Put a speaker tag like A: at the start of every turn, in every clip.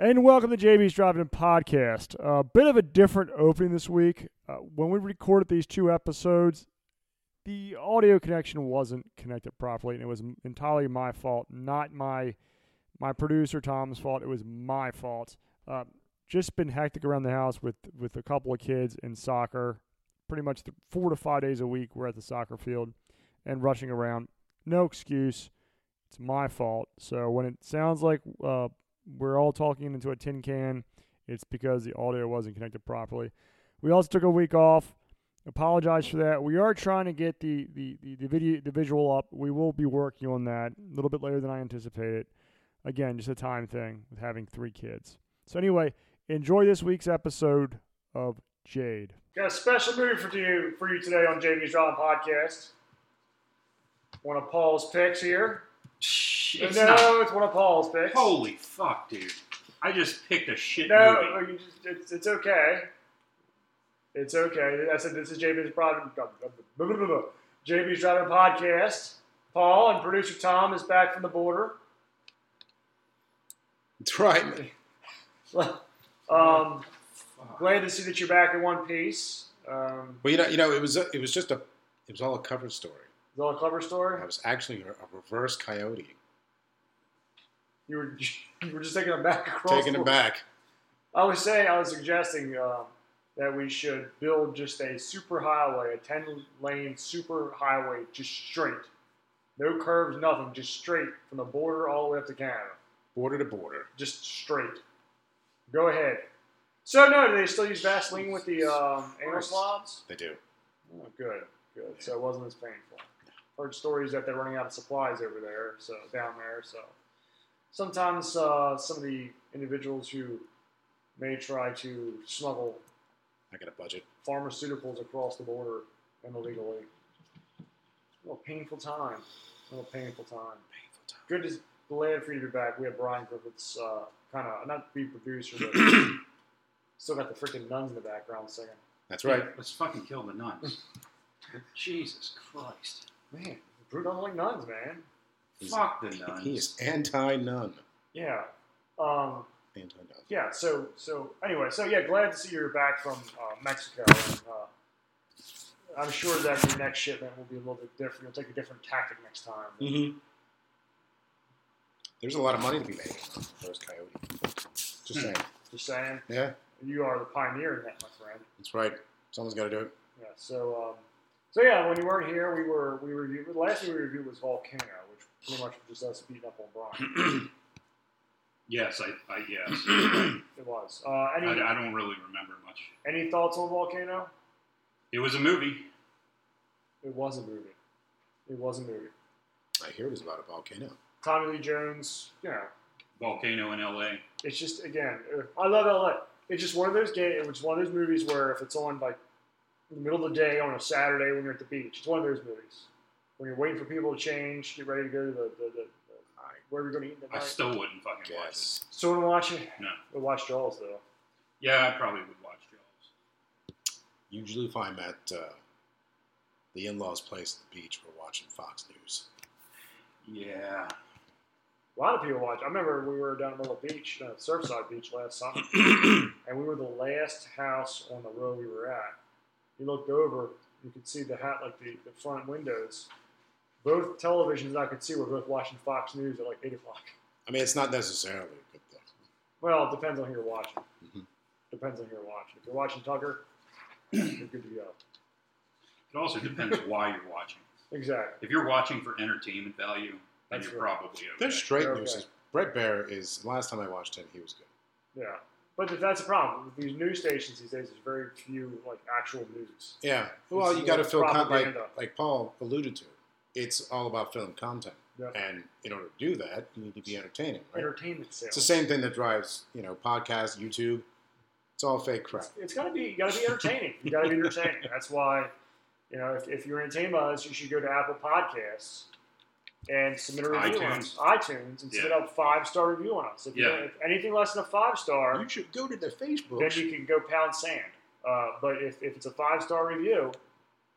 A: And welcome to JB's Driving In Podcast. A bit of a different opening this week. Uh, when we recorded these two episodes, the audio connection wasn't connected properly, and it was entirely my fault, not my my producer Tom's fault. It was my fault. Uh, just been hectic around the house with with a couple of kids and soccer. Pretty much th- four to five days a week, we're at the soccer field and rushing around. No excuse. It's my fault. So when it sounds like uh, we're all talking into a tin can, it's because the audio wasn't connected properly. We also took a week off. Apologize for that. We are trying to get the the, the, the video the visual up. We will be working on that a little bit later than I anticipated. Again, just a time thing with having three kids. So anyway, enjoy this week's episode of Jade. Got a special movie for you for you today on JB's Drawn Podcast. One of Paul's picks here.
B: It's
A: no,
B: not.
A: it's one of Paul's picks.
B: Holy fuck, dude! I just picked a shit
A: No,
B: movie.
A: you just, it's, it's okay. It's okay. I said this is JB's problem. JB's driving podcast. Paul and producer Tom is back from the border.
C: That's right.
A: um, glad to see that you're back in one piece. Um,
C: Well, you know, you know, it was it was just a it was all a cover story.
A: is all a cover story?
C: I was actually a, a reverse coyote,
A: You were you were just taking them back across.
C: taking
A: the-
C: it back.
A: I was saying, I was suggesting um, that we should build just a super highway, a 10 lane super highway, just straight. No curves, nothing, just straight from the border all the way up to Canada.
C: border to border.
A: Just straight. Go ahead. So, no, do they still use Vaseline with the um, anal
C: Christ.
A: swabs?
C: They do.
A: Oh, good, good. So it wasn't as painful. Heard stories that they're running out of supplies over there, so down there. So sometimes uh, some of the individuals who may try to smuggle
C: I got a budget.
A: pharmaceuticals across the border and illegally. Well, painful time. A little painful time.
C: Painful time.
A: Good to glad for you to be back. We have Brian Griffiths, uh, kind of not be producer, but still got the freaking nuns in the background singing.
C: That's right.
B: Let's fucking kill the nuns. Jesus Christ!
A: Man, Brew doesn't like nuns, man.
C: He's-
B: Fuck the
C: He
B: nuns.
C: is anti-nun.
A: Yeah. Um,
C: Anti-nun.
A: yeah. So so anyway. So yeah. Glad to see you're back from uh, Mexico. And, uh, I'm sure that your next shipment will be a little bit different. You'll take a different tactic next time.
C: Mm-hmm. There's a lot of money to be made on those coyote.
B: Hmm.
C: Just saying.
A: Just saying,
C: Yeah,
A: you are the pioneer in that, my friend.
C: that's right. Someone's got to do it.
A: Yeah. So um, so yeah. When you weren't here, we were we reviewed. The last thing we reviewed was Volcano, which pretty much was just us beating up on Brian.
B: Yes, I, I yes. I,
A: It was. Uh, any
B: I don't really remember much.
A: any thoughts on Volcano?
B: It was a movie.
A: It was a movie. It was a movie.
C: I hear it is about a volcano.
A: Tommy Lee Jones. You know.
B: Volcano in L.A.
A: It's just again, uh, I love LA. It's just one of those gay. It's one of those movies where if it's on like in the middle of the day on a Saturday when you're at the beach, it's one of those movies when you're waiting for people to change, get ready to go to the, the, the, the where you're going to eat in the
B: I
A: night.
B: still wouldn't fucking watch it.
C: Yes.
A: so we're watching.
B: No.
A: We watch Jaws though.
B: Yeah, I probably would watch Jaws.
C: Usually, if I'm at uh, the in-laws' place at the beach, we're watching Fox News.
B: Yeah.
A: A lot of people watch. I remember we were down at Myrtle Beach, uh, Surfside Beach last summer, and we were the last house on the row we were at. You looked over, you could see the hat, like the, the front windows. Both televisions I could see were both watching Fox News at like 8 o'clock.
C: I mean, it's not necessarily a good thing.
A: Well, it depends on who you're watching.
C: Mhm.
A: Depends on who you're watching. If you're watching Tucker, you're good to go.
B: It also depends why you're watching.
A: Exactly.
B: If you're watching for entertainment value, then
A: That's
B: you're
A: right.
B: probably okay.
C: There's straight
A: Okay.
C: news. Brett Bear is last time I watched him, he was good.
A: Yeah. But th- that's the problem. With these news stations these days, there's very few like actual news.
C: Yeah. Well,
A: It's
C: you got to
A: more
C: feel con- like
A: propaganda.
C: like Paul alluded to. It's all about film content,
A: Yeah.
C: and in order to do that, you need to be entertaining. Right?
A: Entertainment sales.
C: It's the same thing that drives you know podcasts, YouTube. It's all fake crap.
A: It's, it's gotta be you gotta be entertaining. You gotta be entertaining. That's why, you know, if, if you're entertained by us, you should go to Apple Podcasts and submit a review on us. iTunes and submit
B: Yeah.
A: a five star review on us. If, you
B: Yeah.
A: don't- if anything less than a five star,
C: You should go to the Facebook.
A: then you can go pound sand. Uh, but if, if it's a five star review,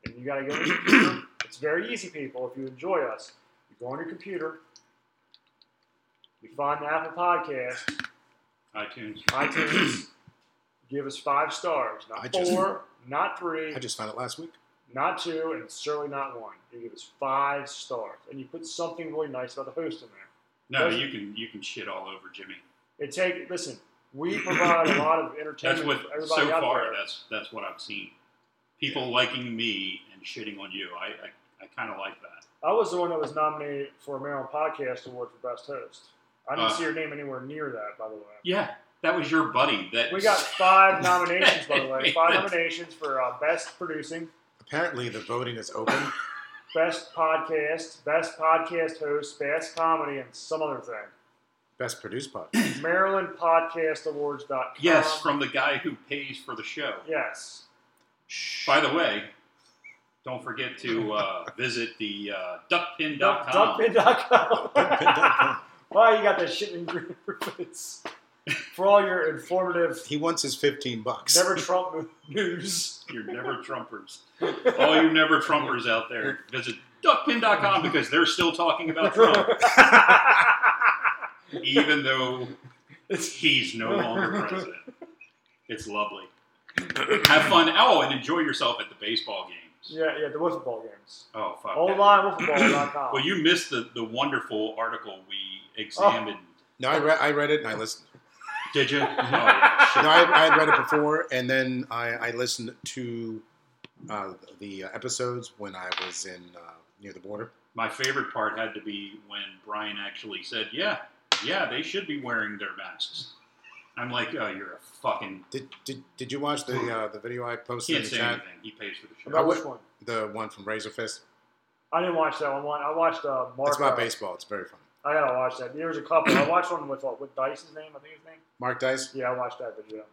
A: and you got to go on your computer, it's very easy, people. If you enjoy us, you go on your computer, you find the Apple Podcast,
B: iTunes.
A: iTunes. give us five stars, not
C: I just-
A: four, not three,
C: I just found it last week.
A: not two, and certainly not one. You give us five stars, and you put something really nice about the host in there.
B: No, you can you can shit all over Jimmy.
A: It take listen. We provide a lot of
B: That's
A: entertainment
B: what
A: for everybody
B: so
A: out
B: far.
A: there.
B: That's that's what I've seen. People liking me and shitting on you. I I, I kind of like that.
A: I was the one that was nominated for a Maryland Podcast Award for Best Host. I didn't
B: Uh.
A: see your name anywhere near that, by the way.
B: Yeah, that was your buddy. That
A: We got five nominations, by the way. Five nominations for uh, Best Producing,
C: Apparently, the voting is open.
A: Best Podcast, Best Podcast Host, Best Comedy, and some other thing.
C: Best produced podcast.
A: MarylandPodcastAwards.com.
B: yes from the guy who pays for the show.
A: Yes.
B: By the way, don't forget to uh, visit the uh, duckpin.com.
A: Duckpin.com. Why you got that shit in your face? For all your informative,
C: He wants his fifteen bucks.
A: never Trump news.
B: You're never Trumpers. All you never Trumpers out there, visit duckpin.com because they're still talking about Trump, even though he's no longer president. It's lovely. Have fun. Oh, and enjoy yourself at the baseball games.
A: Yeah, yeah, the wiffle ball games.
B: Oh, fuck. that.
A: Onlinewiffleball.com.
B: Well, you missed the, the wonderful article
A: Oh.
B: we examined.
C: No, I read. I read it and I listened.
B: Did you? Oh, yeah.
C: No, I, I had read it before, and then I, I listened to uh, the episodes when I was in uh, near the border.
B: My favorite part had to be when Brian actually said, "Yeah, yeah, they should be wearing their masks." I'm like, "Oh, you're a fucking
C: Did did, did you watch the uh, the video I posted in
B: can't
C: the
B: say
C: chat?
B: anything." He pays for the show.
A: About which one?
C: The one from Razor Fist.
A: I didn't watch that one. One I watched uh, Mark.
C: It's about baseball. It's very funny.
A: I gotta watch that. There was a couple. I watched one with uh, with Dice's name. I think his name.
C: Mark Dice.
A: Yeah, I watched that video.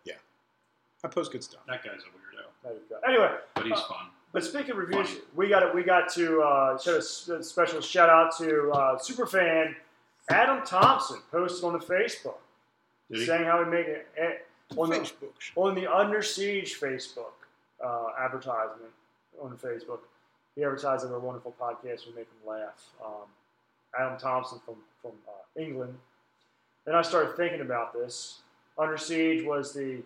C: I post good stuff.
B: That guy's a weirdo,
A: There you go. Anyway,
B: but he's fun.
A: but speaking of reviews, we got we got to uh, show a s- a special shout out to uh, superfan Adam Thompson posted on the Facebook
B: Did he?
A: saying how he made it eh, on the on the Under Siege Facebook uh, advertisement on Facebook. He advertised that our wonderful podcast would make him laugh. Um, Adam Thompson from from uh, England. Then I started thinking about this. Under Siege was the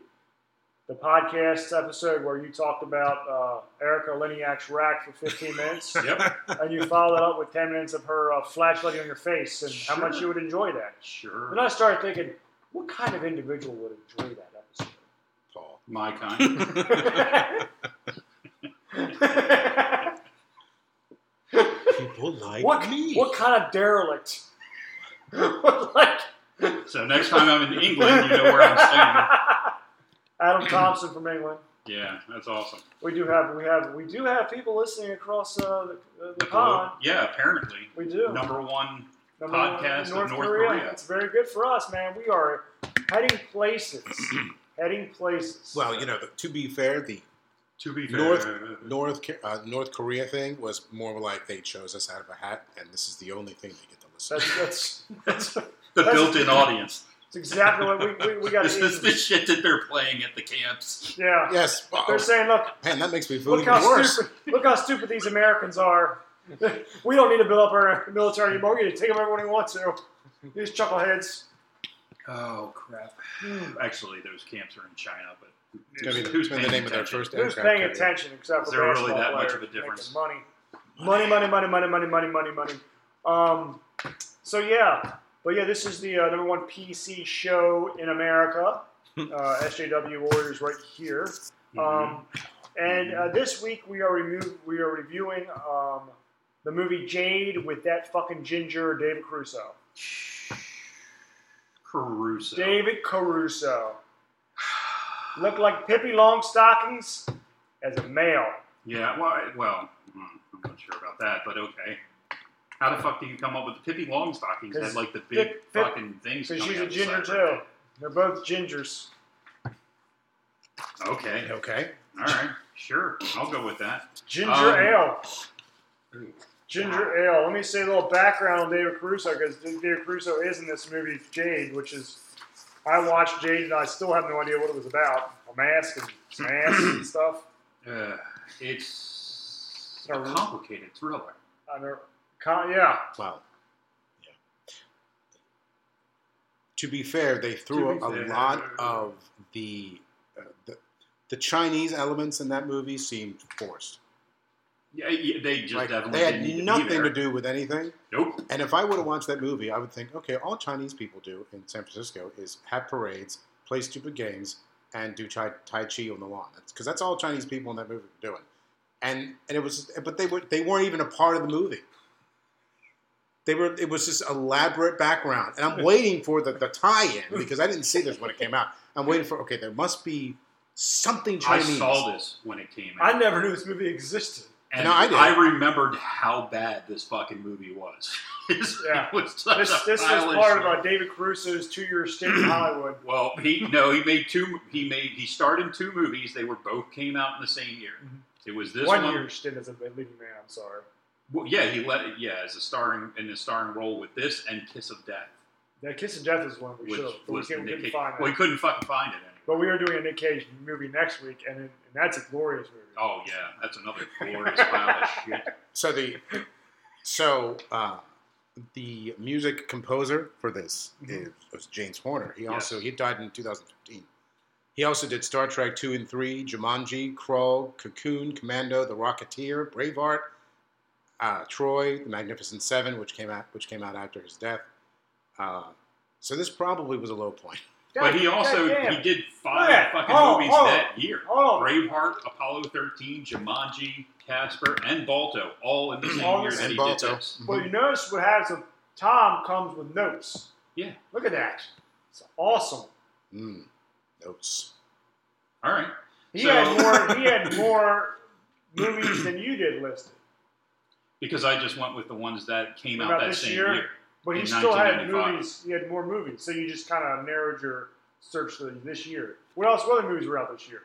A: the podcast episode where you talked about uh, Erica Leniak's rack for 15 minutes,
B: Yep,
A: and you followed up with 10 minutes of her uh, flashlighting on your face and how much you would enjoy that. Then
B: sure,
A: I started thinking, what kind of individual would enjoy that episode?
C: Paul.
B: my kind.
C: People like
A: what, what kind of derelict? like,
B: so next time I'm in England, you know where I'm
A: Adam Thompson from England.
B: staying. Yeah, that's awesome.
A: We do have we have we do have people listening across uh, the, the,
B: The
A: pond.
B: globe- yeah, apparently
A: We do
B: number one.
A: Number
B: podcast of North Korea.
A: That's very good for us, man. We are heading places. heading places.
C: Well, you know, the, to be fair, the
B: To be fair,
C: North North Ca- uh, North Korea thing was more like they chose us out of a hat, and this is the only thing they get to listen.
A: that's, that's, that's, that's
B: the
A: that's-
B: built-in audience.
A: exactly what we, we, we got
B: This is the
A: to
B: shit that they're playing at the camps.
A: Yeah.
C: to. Yes, wow.
A: They're saying, look,
C: man, that makes me feel
A: Look
C: even
A: how,
C: worse.
A: stupid, look how stupid these Americans are. We don't need to build up our military anymore. We need to take them everywhere we want to. These chuckleheads. Hmm.
B: Oh crap! Actually, those camps are in China, but
C: It's gonna be the,
B: who's
C: gonna be
B: paying
C: the name of their
B: attention?
C: first
A: Who's
C: aircraft
A: paying
C: carrier.
A: attention except for
B: Is there really
A: basketball
B: that much
A: players
B: of a
A: making
B: difference?
A: Money. money, money, money, money, money, money, money, money, Um, so yeah, but yeah, this is the uh, number one PC show in America. Uh, SJW Warriors right here.
B: Mm-hmm.
A: Um, and uh, this week we are remo- we are reviewing um, the movie Jade with that fucking ginger David Caruso. Um,
B: Caruso.
A: David Caruso looked like Pippi Longstockings as a male.
B: Yeah, well, I- well, mm, I'm not sure about that, but okay. How the fuck do you come up with the Pippi Longstockings had
A: 'Cause
B: like the big
A: Pip- Pip-
B: fucking things?
A: Because
B: coming
A: she's
B: out
A: a
B: the
A: ginger
B: side of her
A: too. They're both gingers.
B: head? Okay,
C: Okay.
B: all right, sure, I'll go with that.
A: Ginger
B: Um,
A: ale. Ginger ale. Let me say a little background on David Caruso because David Caruso is in this movie Jade, which is I watched Jade and I still have no idea what it was about. A mask and some ass and stuff.
B: Uh, it's a
A: Caruso.
B: complicated thriller.
A: I never, con, yeah,
C: Wow. Yeah. to be fair, they threw
A: be
C: a
A: fair.
C: lot of the, uh, the the Chinese elements in that movie seemed forced.
B: Yeah, yeah, they just
C: Like
B: definitely
C: they had
B: didn't need to be
C: nothing
B: there.
C: to do with anything.
B: Nope.
C: And if I would have watched that movie, I would think, okay, all Chinese people do in San Francisco is have parades, play stupid games, and do chi, tai chi on the lawn. Because that's all Chinese people in that movie were doing. And and it was, but they were they weren't even a part of the movie. They were. It was just elaborate background, and I'm waiting for the, the tie-in because I didn't see this when it came out. I'm waiting for okay, there must be something Chinese.
B: I saw this when it came out.
A: I never knew this movie existed.
B: And
C: No, I did.
B: remembered how bad this fucking movie was. this
A: Yeah.
B: was such
A: This,
B: a
A: this is
B: pile of
A: part of
B: shit.
A: uh, David Caruso's two-year stint in Hollywood.
B: Well, he no, he made two. He made he starred in two movies. They were both came out in the same year.
A: Mhm.
B: It was this
A: one,
B: one.
A: year stint as a leading man. I'm sorry.
B: Well, yeah, he let yeah as a starring in a starring role with this and Kiss of Death,
A: That Kiss of Death is one we
B: which
A: should have. We,
B: was the
A: couldn't- we
B: Nick
A: couldn't
B: Cage.
A: find
B: Well, he
A: that.
B: couldn't fucking find it. Anyway.
A: But we are doing a Nick Cage movie next week, and, it, and that's a glorious movie.
B: Oh yeah, that's another glorious pile of shit.
C: So the so uh, the music composer for this
A: Mhm.
C: is, was James Horner. He also
B: Mm-hmm. Yes.
C: he died in 2015. He also did Star Trek two and three, Jumanji, Crawl, Cocoon, Commando, The Rocketeer, Braveheart, uh, Troy, The Magnificent Seven, which came out which came out after his death. Uh, so this probably was a low point.
B: But he
A: God
B: also
A: damn
B: he
A: it.
B: did five
A: Yeah.
B: fucking
A: Oh,
B: movies
A: oh.
B: that year.
A: Hold on.
B: Braveheart, Apollo 13, Jumanji, Casper, and Balto, all in the
A: All
B: same year
A: in
B: that
C: the
B: he
C: same-
B: did
C: Balto.
B: this.
A: Well, you notice what happens when Tom comes with notes.
B: Yeah.
A: Look at that. It's awesome.
C: Mm, notes.
B: All right.
A: He
B: So-
A: had more. He had more movies than you did listed,
B: Because I just went with the ones that came
A: About
B: out that
A: this
B: same
A: year?
B: year.
A: but he
B: In
A: still had
B: 1995.
A: movies. He had more movies, so you just kind of narrowed your search to this year. What else? What other movies were out this year?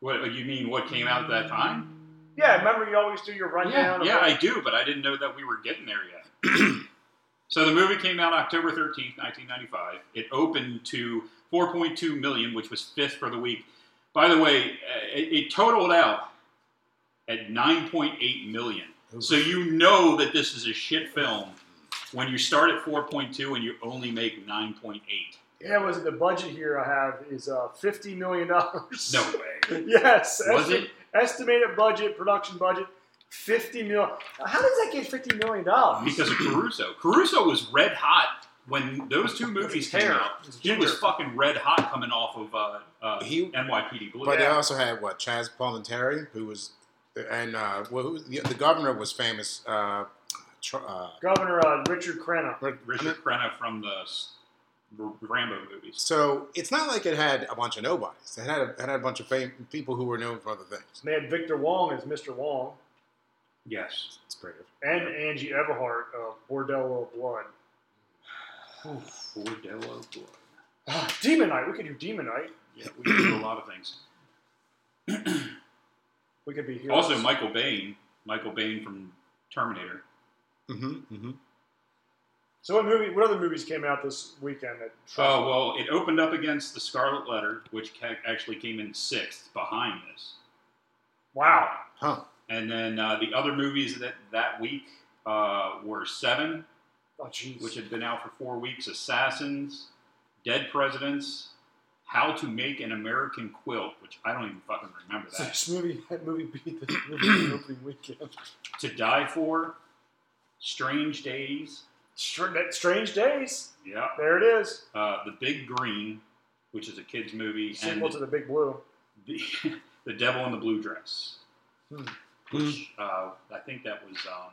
B: What you mean? What came out at that time?
A: Yeah, remember you always do your rundown.
B: yeah,
A: of
B: yeah,
A: what-
B: I do, but I didn't know that we were getting there yet. so the movie came out October 13th, 1995. It opened to 4.2 million, which was fifth for the week. By the way, uh, it, it totaled out at 9.8 million. So you know that this is a shit film when you start at 4.2 and you only make 9.8.
A: Yeah, was it the budget here I have is uh, fifty million dollars?
B: No way.
A: yes.
B: Was
A: esti-
B: it?
A: estimated budget, production budget, fifty million. How does that get fifty million dollars?
B: Because of Caruso. Caruso was red hot when those two movies came out. He was fucking red hot coming off of uh, uh,
C: He-
B: NYPD Blue.
C: But they also had what Chaz Palminteri, who was, and uh, well, who, was- the, the governor was famous. Uh, tr- uh,
A: Governor uh, Richard Crenna.
B: Richard Crenna from the s- R- Rambo movies.
C: so it's not like it had a bunch of nobodies. It had a, it had a bunch of fam- people who were known for other things.
A: They had Victor Wong as Mr. Wong
B: Yes.
C: It's creative.
A: and Angie Everhart of Bordello of Blood.
B: Bordello Blood.
A: Ah, Demon Knight. We could do Demon Knight.
B: Yeah, we did a lot of things.
A: We could be here.
B: Also, Michael Bain. Michael Bain from Terminator.
C: Mm-hmm, mm-hmm.
A: So what movie? What other movies came out this weekend? That
B: Oh well, it opened up against the Scarlet Letter, which ca- actually came in sixth behind this.
A: wow.
C: Huh.
B: And then uh, the other movies that that week uh, were Seven,
A: Oh jeez.
B: which had been out for four weeks, Assassins, Dead Presidents, How to Make an American Quilt, which I don't even fucking remember
A: So
B: that.
A: this movie, that movie beat the movie opening weekend.
B: to Die For, Strange Days,
A: Str- that Strange Days.
B: yeah,
A: There it is.
B: uh, The Big Green, which is a kids movie,
A: Sequel
B: and
A: to the Big Blue.
B: the, the Devil in the Blue Dress,
A: Hmm.
B: which uh, I think that was um,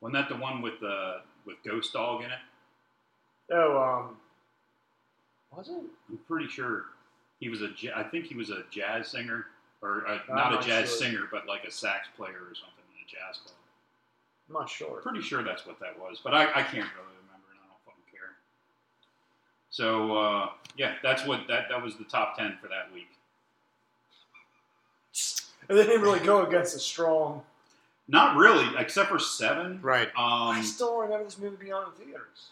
B: wasn't that the one with the with Ghost Dog in it?
A: Oh, um, was it?
B: I'm pretty sure he was a ja- I think he was a jazz singer or a,
A: I'm
B: not,
A: not
B: a jazz
A: sure.
B: singer, but like a sax player or something in a jazz club.
A: I'm not sure.
B: Pretty sure that's what that was, but I, I can't really remember, and I don't fucking care. So uh, yeah, that's what that that was the top ten for that week.
A: And they didn't really go against a strong.
B: Not really, except for seven.
C: Right.
A: I
B: Um,
A: still don't remember this movie being on in theaters.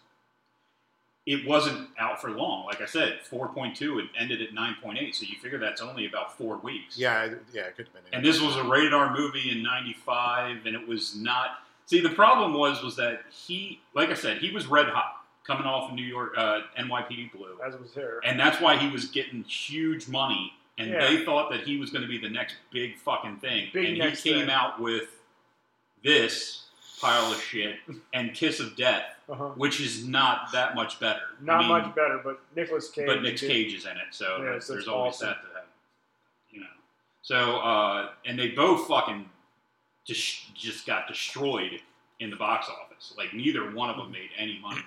B: it wasn't out for long. Like I said, four point two. It ended at nine point eight. So you figure that's only about four weeks.
C: Yeah. it- Yeah. It could have been.
B: and this was a rated R movie in '95, and it was not. See, the problem was was that he, like I said, he was red hot coming off of New York uh, NYPD Blue,
A: as it was here.
B: and that's why he was getting huge money. And
A: Yeah.
B: they thought that he was going to be the next big fucking thing.
A: Big
B: and he
A: next
B: came
A: thing.
B: out with this pile of shit and Kiss of Death,
A: Uh-huh.
B: which is not that much better. I
A: Not
B: mean,
A: much better, but Nicholas Cage.
B: but Nick
A: did-
B: Cage is in it, so
A: Yeah,
B: there's,
A: so it's
B: there's always
A: awesome.
B: that to have, you know. So uh, and they both fucking just just got destroyed in the box office. Like neither one of them made any money.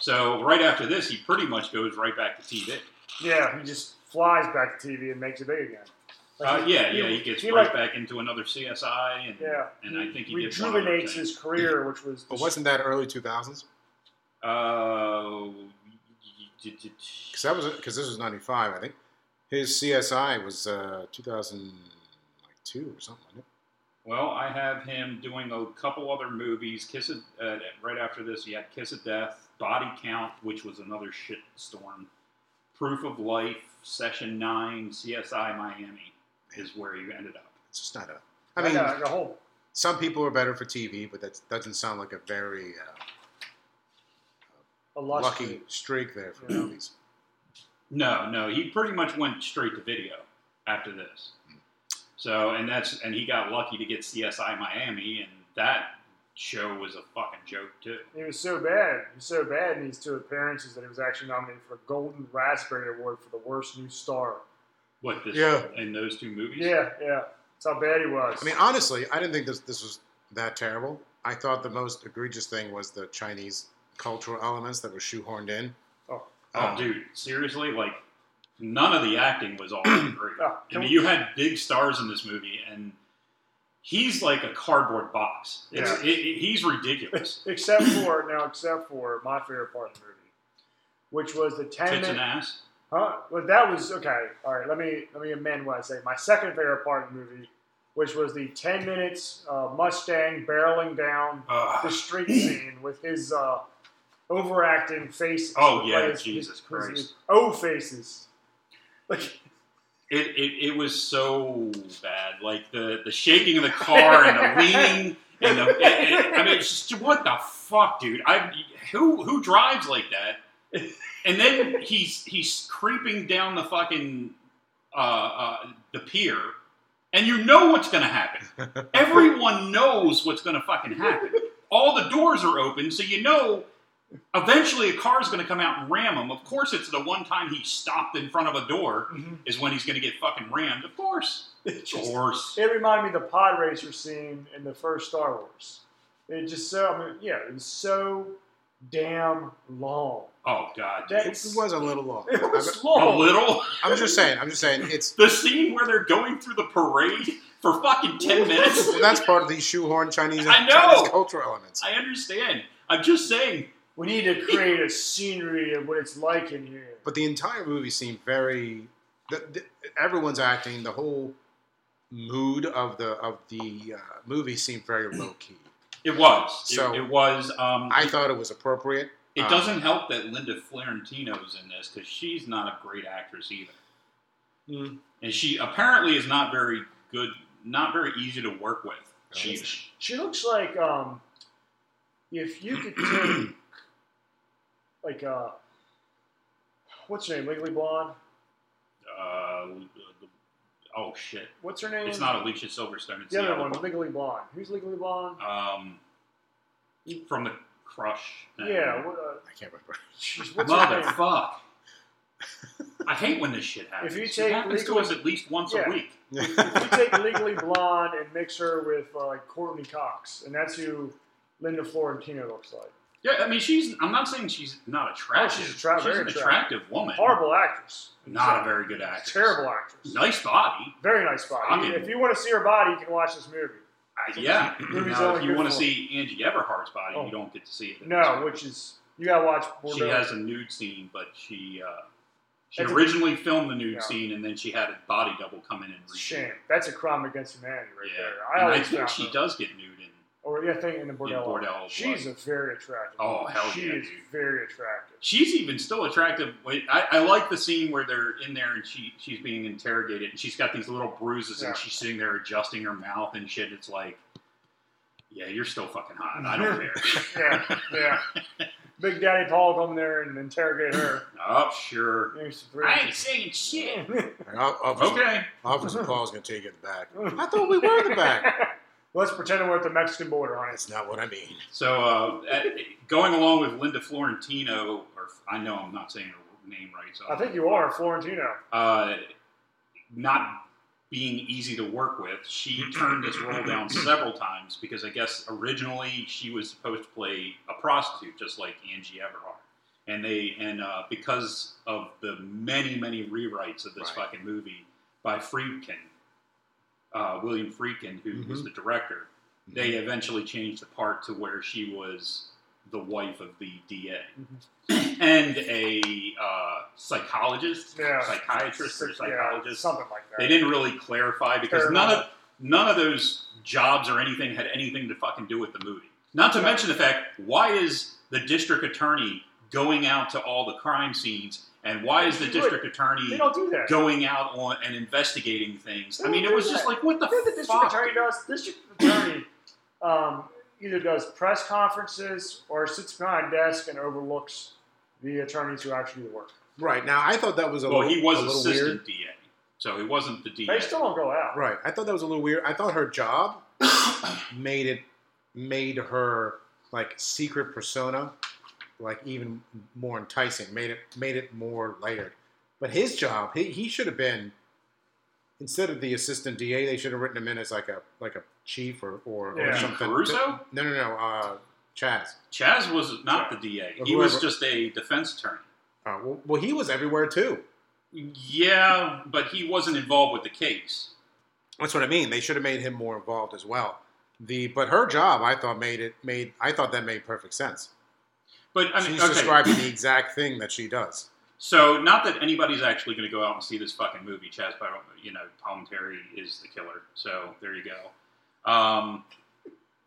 B: so right after this, he pretty much goes right back to TV.
A: Yeah, he just flies back to TV and makes it big again. Like,
B: Uh, yeah,
A: he-
B: yeah, he gets
A: he,
B: right
A: like-
B: back into another CSI, and
A: Yeah,
B: and I think he did one other
A: rejuvenates
B: thing.
A: his career, which was
C: But wasn't that early 2000s?
B: Uh,
C: Because that was because this was 95, I think. His CSI was uh, 2002 or something. Wasn't it?
B: Well, I have him doing a couple other movies. Kiss of, uh, right after this, he had Kiss of Death, Body Count, which was another shit storm, Proof of Life, Session Nine, CSI Miami is where you ended up.
C: It's just not a. I mean,
A: yeah, the whole
C: some people are better for TV, but that doesn't sound like a very uh,
A: a
C: lucky streak there for
A: Yeah.
C: movies.
B: No, no, he pretty much went straight to video after this. So, and that's and he got lucky to get CSI Miami, and that show was a fucking joke too.
A: He was so bad. He was so bad in these two appearances that he was actually nominated for a Golden Raspberry Award for the worst new star.
B: What this
C: Yeah.
B: in those two movies?
A: Yeah, yeah. That's how bad he was.
C: I mean, honestly, I didn't think this this was that terrible. I thought the most egregious thing was the Chinese cultural elements that were shoehorned in.
A: Oh.
B: Oh,
C: Um,
B: dude, seriously, like none of the acting was all that great.
A: Oh,
B: I
A: can
B: mean,
A: we-
B: you had big stars in this movie, and he's like a cardboard box. It's,
A: Yeah.
B: it, it- he's ridiculous.
A: except for now, except for my favorite part of the movie, which was the ten
B: Tits and
A: minute.
B: ass.
A: Huh? Well, that was okay. All right, let me let me amend what I say. My second favorite part of the movie, which was the ten minutes uh, Mustang barreling down the
B: Ugh.
A: street scene with his uh, overacting faces.
B: Oh,
A: Like,
B: yeah,
A: his-
B: Jesus
A: his-
B: Christ.
A: his O faces. Like
B: It, it, it was so bad. Like the, the shaking of the car and the leaning. And the, and- and- I mean, it's just, what the fuck, dude? I who who drives like that? And then he's he's creeping down the fucking uh, uh, the pier, and you know what's gonna happen. Everyone knows what's gonna fucking happen. All the doors are open, so you know eventually a car's gonna come out and ram him. Of course, it's the one time he stopped in front of a door is when he's going to get fucking rammed. Of course. Of course.
A: it reminded me of the pod racer scene in the first Star Wars. It just so I mean, yeah, it was so damn long.
B: Oh, God. dude.
A: That- Oh.
C: It was a little long.
A: It was
B: A
A: long.
B: little?
C: I'm, I'm just saying. I'm just saying. It's
B: The scene where they're going through the parade for fucking 10 minutes?
C: well, that's part of these shoehorned Chinese
B: I know!
C: Chinese cultural elements.
B: I understand. I'm just saying.
A: We need to create a scenery of what it's like in here.
C: But the entire movie seemed very. The, the, everyone's acting. The whole mood of the of the uh, movie seemed very low key.
B: It was. It,
C: So-
B: it was. Um,
C: I thought it was appropriate.
B: it
C: um,
B: doesn't help that Linda Florentino's in this because she's not a great actress either.
A: Hmm.
C: Mm.
B: And she apparently is not very good, not very easy to work with.
C: Oh,
B: She,
C: okay.
A: She looks like um, if you could take like uh, what's her name, Legally Blonde?
B: uh, oh shit.
A: What's her name?
B: It's not Alicia Silverstone. It's
A: the other
B: other
A: one, Legally Blonde. Who's Legally Blonde?
B: um, from the crush. thing.
A: yeah, what, uh,
C: I can't remember.
A: she's, what's her name?
B: motherfuck. I hate when this shit happens.
A: If you
B: it
A: take
B: happens
A: legal-
B: to us at least once
A: Yeah.
B: a week.
A: If you take Legally Blonde and mix her with uh, like Courtney Cox, and that's who Linda Florentino looks like.
B: Yeah, I mean, she's. I'm not saying she's not attractive.
A: she's attra- very
B: an
A: attractive.
B: attractive woman.
A: Horrible actress.
B: Not a very good actress.
A: terrible actress.
B: Nice body.
A: Very nice body.
B: I mean-
A: if you want to see her body, you can watch this movie.
B: Uh, yeah.
A: Movie's
B: Now,
A: only
B: if you
A: good
B: want to
A: for-
B: see Angie Everhart's body,
A: Oh.
B: you don't get to see it. in
A: No, which is you gotta watch.
B: this. she
A: Bordeaux.
B: has a nude scene, but she. Uh, she
A: That's a-
B: originally filmed the nude
A: Yeah.
B: scene, and then she had a body double come in and
A: It's a
B: reshoot.
A: shame. That's a crime against humanity right there. I
B: and I
A: always
B: think
A: found
B: she
A: her-
B: does get nude in
A: Or yeah, I think in the
B: in
A: Bordello.
B: Bordello.
A: She's
B: Blood.
A: a very attractive.
B: Oh,
A: woman.
B: hell
A: she
B: yeah,
A: is
B: dude.
A: very attractive.
B: she's even still attractive. Wait, I, I like the scene where they're in there and she she's being interrogated and she's got these little bruises
A: Yeah.
B: and she's sitting there adjusting her mouth and shit. It's like, yeah, you're still fucking hot. I don't care.
A: Yeah, yeah. Big Daddy Paul come there and interrogate her.
B: Oh, sure.
A: You're surprised.
B: I ain't saying shit.
C: And I'll- Officer,
B: Okay.
C: Officer Paul's going to take you in the back. Uh-huh. I thought we were in the back.
A: Let's pretend we're at the Mexican border, honey.
C: That's not what I mean.
B: So, uh, at- going along with Linda Florentino, or I know I'm not saying her name right. So
A: I think you are Florentino.
B: Uh, not being easy to work with, she turned this role down several times because I guess originally she was supposed to play a prostitute, just like Angie Everhart. And they and uh, because of the many many rewrites of this
C: Right.
B: fucking movie by Friedkin, uh, William Friedkin, who was the director, they eventually changed the part to where she was the wife of the DA and a uh, psychologist,
A: Mm-hmm. Yeah.
B: psychiatrist or
A: Yeah,
B: psychologist.
A: something like that.
B: they didn't really clarify because none of none of those jobs or anything had anything to fucking do with the movie. Not to
A: No.
B: mention the fact why is the district attorney going out to all the crime scenes and why is the
A: Right.
B: district
A: They
B: attorney
A: don't do that.
B: going out on and investigating things?
A: They
B: I mean,
A: don't
B: it was
A: do
B: just
A: that.
B: like what the
A: I think the district
B: fuck.
A: attorney does. District attorney um, either does press conferences or sits behind a desk and overlooks the attorneys who actually do the work.
C: Right. Now, I thought that was a
B: Well,
C: little,
B: he was
C: a little
B: assistant
C: weird.
B: DA, so he wasn't the DA.
A: They still don't go out.
C: Right. I thought that was a little weird. I thought her job made it made her like secret persona like even more enticing. Made it made it more layered. But his job, he, he should have been instead of the assistant DA, they should have written him in as like a like a chief or or, or
A: Yeah.
C: something.
B: Caruso?
C: No, no, no. Uh, Chaz.
B: Chaz was not the DA.
C: Or
B: He was
C: whoever.
B: just a defense attorney.
C: Uh, well, well, he was everywhere too.
B: Yeah, but he wasn't involved with the case.
C: That's what I mean. They should have made him more involved as well. The but her job, I thought made it made. I thought that made perfect sense.
B: But I mean,
C: She's
B: okay.
C: describing the exact thing that she does.
B: so not that anybody's actually going to go out and see this fucking movie. Chaz, Pal- you know, Palminteri is the killer. So there you go. Um,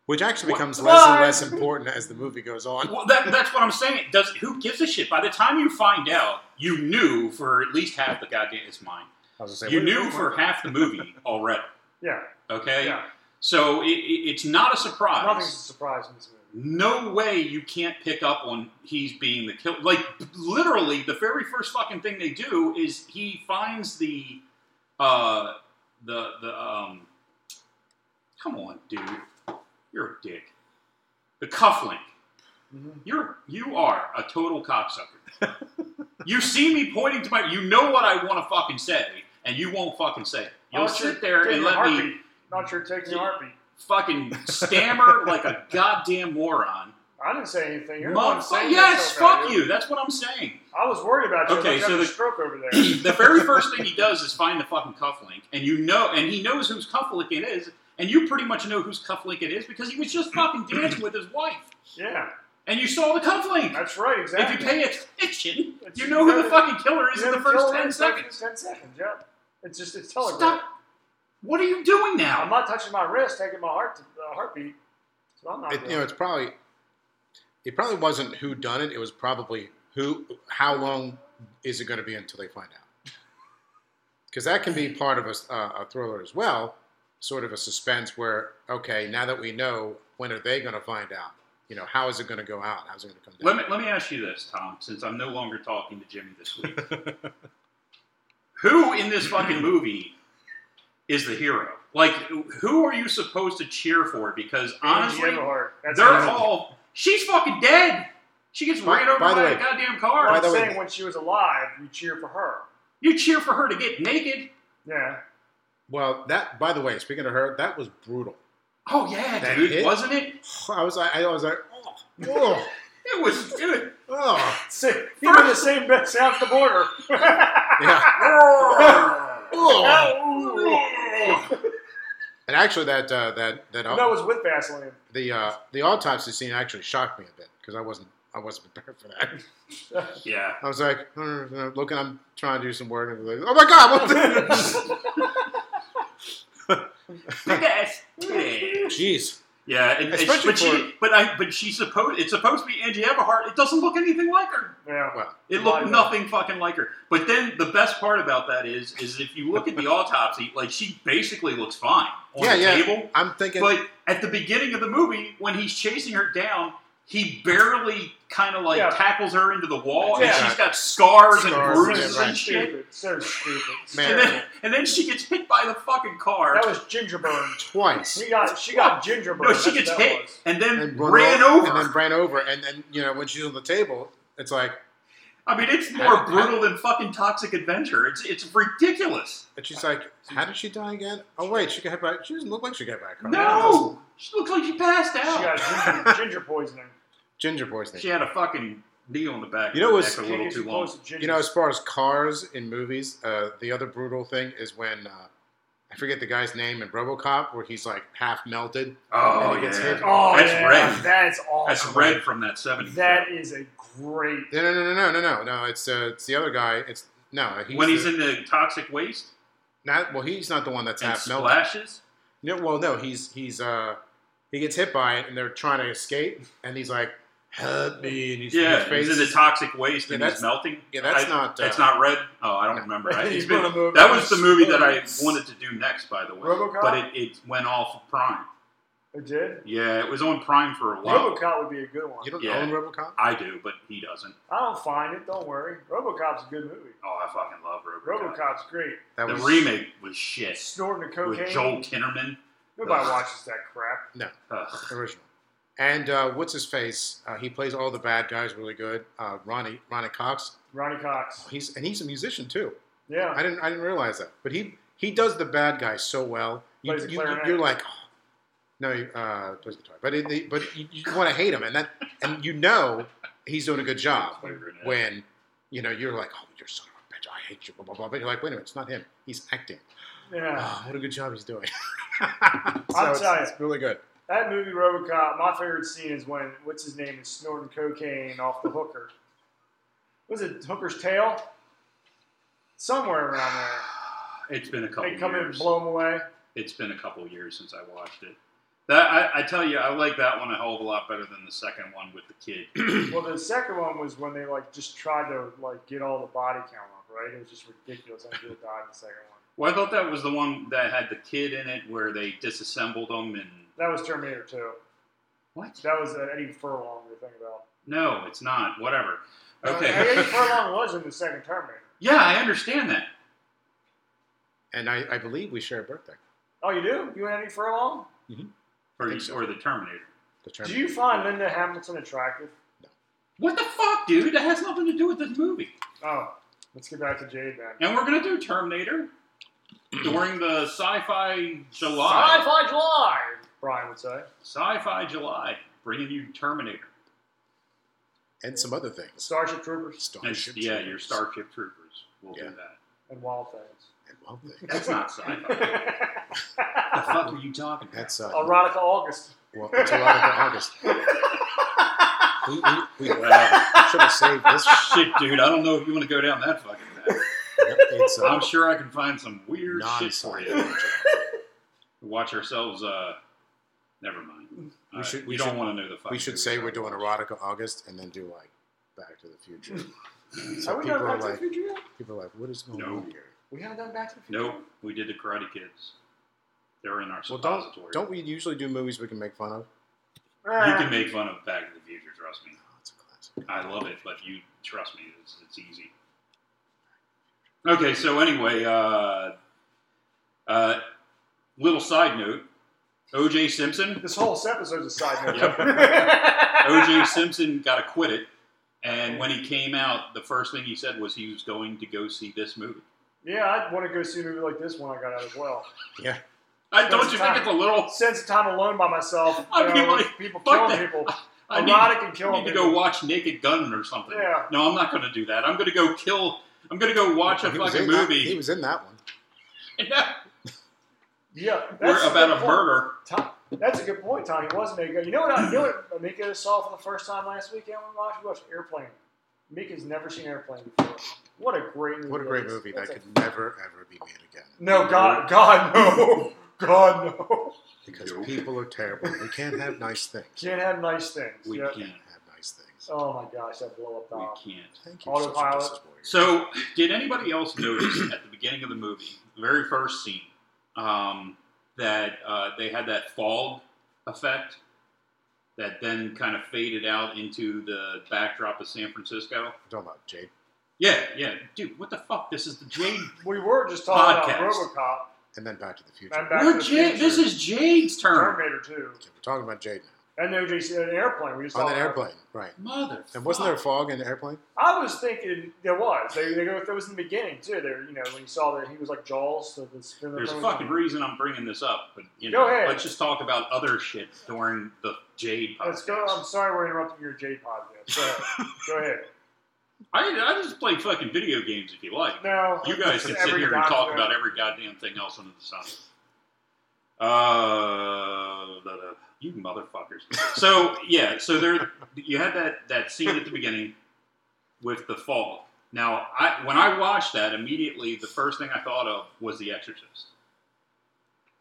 C: Which actually
B: What?
C: becomes less and
A: What?
C: less important as the movie goes on.
B: well, that, that's what I'm saying. Does who gives a shit? By the time you find out, you knew for at least half the goddamn. It's mine.
C: I was gonna say,
B: You
C: what-
B: knew for half the movie already.
A: Yeah,
B: Okay,
A: yeah.
B: so it, it, it's not a surprise.
A: Nothing's a surprise in this movie.
B: no way you can't pick up on he's being the killer. Like literally, the very first fucking thing they do is he finds the uh the the um. Come on, dude, you're a dick. The cufflink.
A: Mhm.
B: You're you are a total cocksucker. you see me pointing to my. You know what I want to fucking say, and you won't fucking say it. You'll
A: Not your-
B: sit there
A: taking
B: and
A: your
B: let me
A: heartbeat. Not your taking your heartbeat.
B: fucking stammer like a goddamn moron.
A: I didn't say anything. You're the one
B: Motherfucker,
A: saying
B: yes,
A: that stuff,
B: fuck
A: dude.
B: you. That's what I'm saying.
A: I was worried about you.
B: Okay,
A: Look at
B: so
A: the
B: the-
A: stroke over there.
B: the very first thing he does is find the fucking cufflink, and you know, and he knows whose cufflink it is, and you pretty much know whose cufflink it is because he was just fucking dancing with his wife,
A: yeah,
B: and you saw the cufflink.
A: that's right.
B: If
A: Exactly.
B: you pay attention,
A: It's-
B: you know who the fucking killer is
A: You
B: in the
A: know,
B: first
A: kill her
B: ten
A: in the first
B: seconds.
A: Ten seconds. Yeah. It's just it's telegraphed.
B: Stop. What are you doing
A: I'm
B: now?
A: not touching my wrist, taking my heart uh, heartbeat. So I'm not.
C: It, you
A: doing.
C: know, it's probably it probably wasn't who done it. It was probably who. How long is it going to be until they find out? Because that can be part of a, s- uh, a thriller as well, sort of a suspense where okay, now that we know, when are they going to find out? You know, how is it going to go out? How's it going to come down?
B: Let me let me ask you this, Tom, since I'm no longer talking to Jimmy this week. who in this fucking movie is the hero? Like, who are you supposed to cheer for? Because honestly,
A: Angie Everhart. That's
B: They're
A: what I'm
B: all. She's fucking dead. She gets
C: By-
B: ran over
C: by
B: by,
C: the
B: a
C: way-
B: goddamn
A: Well,
B: car.
C: By
A: I'm
C: the way-
A: saying when she was alive, you cheer for her.
B: you cheer for her to get naked.
A: Yeah.
C: Well, that by the way, speaking of her, that was brutal.
B: Oh yeah,
C: That
B: dude,
C: hit?
B: wasn't it?
C: I was like, I was like, oh, oh,
B: It was. Dude.
C: oh.
A: See, even the same bit south the border.
C: yeah. oh.
A: Oh, ooh.
C: And actually, that uh, that that,
A: And that was with Vaseline.
C: the uh, the autopsy scene actually shocked me a bit because I wasn't I wasn't prepared for that.
B: yeah.
C: I was like, "Uh, uh, looking, I'm trying to do some work, and I was like, oh my god, what the-"
B: Yes. Yeah.
C: jeez,
B: Yeah, and, and she-
C: Especially
B: but she, but I, but she's supposed. It's supposed to be Angie Everhart. It doesn't look anything like her.
A: Yeah.
C: well,
B: It
A: Why
B: looked
A: not?
B: nothing fucking like her. But then the best part about that is, is if you look at the autopsy, like she basically looks fine on
C: Yeah,
B: the
C: yeah.
B: table.
C: I'm thinking,
B: But at the beginning of the movie, when he's chasing her down, He barely kind of like
A: Yeah.
B: tackles her into the wall, and
A: Yeah.
B: she's got scars, and
C: Scars,
B: bruises
C: yeah, right.
B: and shit.
A: stupid. So stupid.
C: Man.
B: And then, and then she gets hit by the fucking car.
A: That was gingerburn.
C: twice.
A: She got she got gingerburn.
B: no, she
A: That's
B: gets
A: what that
B: hit
A: was.
B: and then
C: And run
B: ran
C: off-
B: over.
C: And then ran over. And then, you know, when she's on the table, it's like,
B: I mean, it's more
C: I- I-
B: brutal than fucking Toxic Adventure. It's it's ridiculous.
C: and she's like, how did she die again? Oh, wait, she got hit by, she doesn't look like she got back.
B: No, she looks like she passed
A: She
B: out.
A: got ginger, ginger poisoning.
C: Ginger poisoning.
B: She had a fucking knee on the back.
C: You know
B: of her
C: what's-
B: neck a
A: Can't
B: little
A: get
B: too
A: too
B: long.
A: close to ginger.
C: You know, as far as cars in movies, uh, the other brutal thing is when uh, I forget the guy's name in RoboCop, where he's like half melted.
B: Oh
C: And it gets hit.
B: yeah,
A: oh,
B: that's
A: yeah,
B: red.
A: That's awesome.
B: that's red from that '70s.
A: That is a great.
C: No, no, no, no, no, no, no. It's uh, it's the other guy. It's no. He's
B: when he's
C: the,
B: in the toxic waste
C: not well, he's not the one that's
B: and
C: half melted.
B: splashes.
C: No, well, no, he's he's uh, he gets hit by it, and they're trying to escape, and he's like, "Help me!" And he's
B: Yeah,
C: his face.
B: he's in the toxic waste
C: Yeah,
B: and
C: that's-
B: he's melting.
C: yeah, that's
B: I-
C: not. Uh,
B: It's not red. Oh, I don't remember. I,
A: He's
B: it's been,
A: gonna move
B: that
A: on.
B: was the movie that I wanted to do next, by the way.
A: RoboCop?
B: But it, it went off of Prime.
A: It did.
B: Yeah, it was on Prime for a while.
A: RoboCop would be a good one.
C: You don't
B: Yeah.
C: own RoboCop.
B: I do, but he doesn't.
A: I don't find it. Don't worry. RoboCop's a good movie.
B: Oh, I fucking love RoboCop.
A: RoboCop's great.
C: That
B: The
C: was
B: remake was shit
A: Snorting the cocaine.
B: with Joel Kinnerman.
A: Nobody
B: Ugh.
A: watches that crap.
B: Ugh.
C: the original. And uh, what's his face? Uh, he plays all the bad guys really good. Uh, Ronnie Ronnie Cox.
A: Ronnie Cox.
C: He's and he's a musician too.
A: Yeah.
C: I didn't I didn't realize that, but he he does the bad guy so well. You,
A: Plays the
C: you,
A: clarinet.
C: are like, oh. no, he, uh, plays guitar, but it, it- but you, you want to hate him, and that and you know he's doing a good job when you know you're like, oh, you're son of a bitch, I hate you, blah blah blah. But you're like, wait a minute, it's not him, he's acting.
A: yeah.
C: Oh, what a good job he's doing.
A: I'll
C: it's,
A: tell you.
C: it's really good.
A: That movie RoboCop. My favorite scene is when what's his name is snorting cocaine off the hooker. Was it hooker's tail? Somewhere around there.
B: It's been a couple
A: They come in and
B: years.
A: blow him away.
B: It's been a couple years since I watched it. That I, I tell you, I like that one a hell of a lot better than the second one with the kid.
A: Well, the second one was when they like just tried to like get all the body count up, right? It was just ridiculous. I feel died in the second one.
B: Well, I thought that was the one that had the kid in it where they disassembled him and
A: That was Terminator 2.
B: what?
A: That was uh, Eddie Furlong we think about.
B: No, it's not. Whatever.
A: Hey,
B: Okay.
A: Eddie Furlong was in the second Terminator.
B: yeah, I understand that.
C: And I, I believe we share a birthday.
A: Oh, you do? You and Eddie Furlong?
B: Or,
C: think so.
B: or the Terminator.
C: The
A: Do
C: Terminator.
A: you find Linda Hamilton attractive?
B: What the fuck, dude? That has nothing to do with this movie.
A: Oh, let's get back to Jade then.
B: And we're gonna do Terminator during the Sci-Fi July.
A: Sci-fi July, Brian would say.
B: Sci-Fi July, bringing you Terminator.
C: and some other things.
A: Starship Troopers
B: And,
C: Starship
B: yeah,
C: Troopers.
B: your Starship Troopers. We'll
C: Yeah.
B: do that.
A: and Wild Things.
C: And one thing.
B: That's not sci-fi. the fuck were you talking about?
C: That's uh,
A: Erotica August.
C: Well, it's a lot of August. We, we, we should have saved this. Shit.
B: shit, dude. I don't know if you want to go down that fucking path.
C: It's
B: I'm
C: uh,
B: sure I can find some weird shit for you.
C: non-science.
B: Watch ourselves. Uh, never mind.
C: We
B: Uh,
C: should-
B: we,
C: we
B: don't
C: should-
B: want to know the fuck.
C: We should say we're doing erotica August and then do like Back to the Future. So
A: Have we
C: people
A: done Back
C: are
A: to the
C: like,
A: Future yet?
C: people are like, what is going
B: No.
C: on here?
A: We haven't done Back to the Future.
B: Nope. We did the Karate Kids. They're in our
C: Well,
B: suppository.
C: don't don't we usually do movies we can make fun of?
B: You can make fun of Back to the Future. Trust me.
C: Oh, it's a classic.
B: I love it, but you trust me, it's, it's easy. Okay, so anyway, uh, uh, little side note: O.J. Simpson,
A: This whole episode's a side note.
B: Yep. O.J. Simpson got acquitted, and when he came out, the first thing he said was he was going to go see this movie.
A: Yeah, I'd want to go see a movie like this one I got out as well.
B: I, don't
A: That's
B: you
A: fine.
B: think it's a little?
A: Since time alone by myself,
B: I
A: you
B: mean,
A: know,
B: like,
A: people
B: fuck
A: killing
B: that.
A: people,
B: I need,
A: erotic and
B: I
A: killing
B: need to
A: people.
B: go watch Naked Gun or something.
A: Yeah.
B: No, I'm not going to do that. I'm going to go kill. I'm going to go watch a
C: He was
B: fucking
C: in that- he
B: movie
C: was in that one.
A: Yeah, that's
B: We're about
A: good
B: a
A: point.
B: murder.
A: Tom, that's a good point, Tom. He was Mika. You know what? I, you know what Mika saw for the first time last weekend when we watched? We watched Airplane. Mika's never seen Airplane before. What a great movie!
C: What a
A: that
C: great
A: is.
C: movie
A: That's
C: that
A: a-
C: could never ever be made again.
A: No, God, God, no, God, no.
C: Because
B: Nope.
C: people are terrible. We can't have nice things.
A: Can't have nice things.
B: We
A: yeah.
B: can't.
C: have nice things.
A: Oh my gosh, that blow up
B: We
A: Tom.
B: can't.
C: Thank you.
A: Autopilot.
C: Such a business lawyer.
B: So, did anybody else notice at the beginning of the movie, the very first scene, um, that uh, they had that fog effect that then kind of faded out into the backdrop of San Francisco.
C: Don't know, Jade.
B: Yeah, yeah, dude, what the fuck? This is the Jade.
A: We were just talking
B: Podcast.
A: about
C: And then Back to the Future.
A: RoboCop. And
C: Okay,
A: Back to
B: We're
A: the
B: Jade.
A: Future,
B: This is Jade's turn.
A: Terminator 2.
C: we're talking about Jade now.
A: And then just an airplane. We just
C: On
A: saw
C: that
A: an
C: airplane, right.
B: Mother.
C: And wasn't there fog in the airplane?
A: I was thinking there was. They, they go. There was in the beginning too. There, you know, when you saw that he was like Jaws. So this,
B: There's a fucking reason I'm bringing this up, but you
A: Go
B: know,
A: ahead.
B: let's just talk about other shit during the Jade podcast.
A: Let's go. I'm sorry we're interrupting your J podcast. Go ahead. go ahead.
B: I, I just play fucking video games if you like.
A: No,
B: You guys can sit
A: every
B: here and talk
A: document-
B: about every goddamn thing else under the sun. Uh, da- da- you motherfuckers. So yeah, so there you had that that scene at the beginning with the fall. Now, I when I watched that immediately, the first thing I thought of was The Exorcist.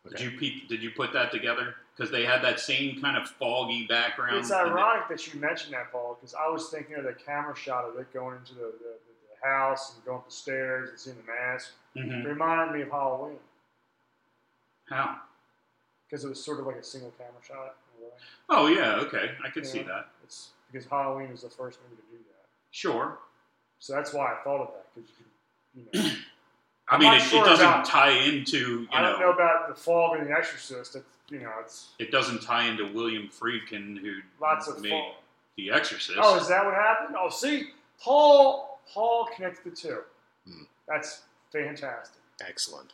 C: Okay.
B: Did you peep, did you put that together? Because they had that same kind of foggy background.
A: It's
B: and they-
A: ironic that you mentioned that, Paul, because I was thinking of the camera shot of it going into the, the, the house and going up the stairs and seeing the mask.
B: Mhm.
A: It reminded me of Halloween
B: How?
A: because it was sort of like a single camera shot. in a way.
B: Oh yeah, okay, I could see
A: Yeah.
B: that.
A: It's because Halloween was the first movie to do that,
B: Sure.
A: so that's why I thought of that because you, could, you know.
B: I
A: I'm
B: mean,
A: not
B: it,
A: sure
B: it doesn't
A: about-
B: tie into you
A: I don't know about the fog and the Exorcist. It's, you know, it's
B: it doesn't tie into William Friedkin, who
A: lots of
B: made
A: fog.
B: The Exorcist.
A: Oh, is that what happened? Oh, see, Paul Paul connects the two.
C: Hmm.
A: That's fantastic.
C: Excellent.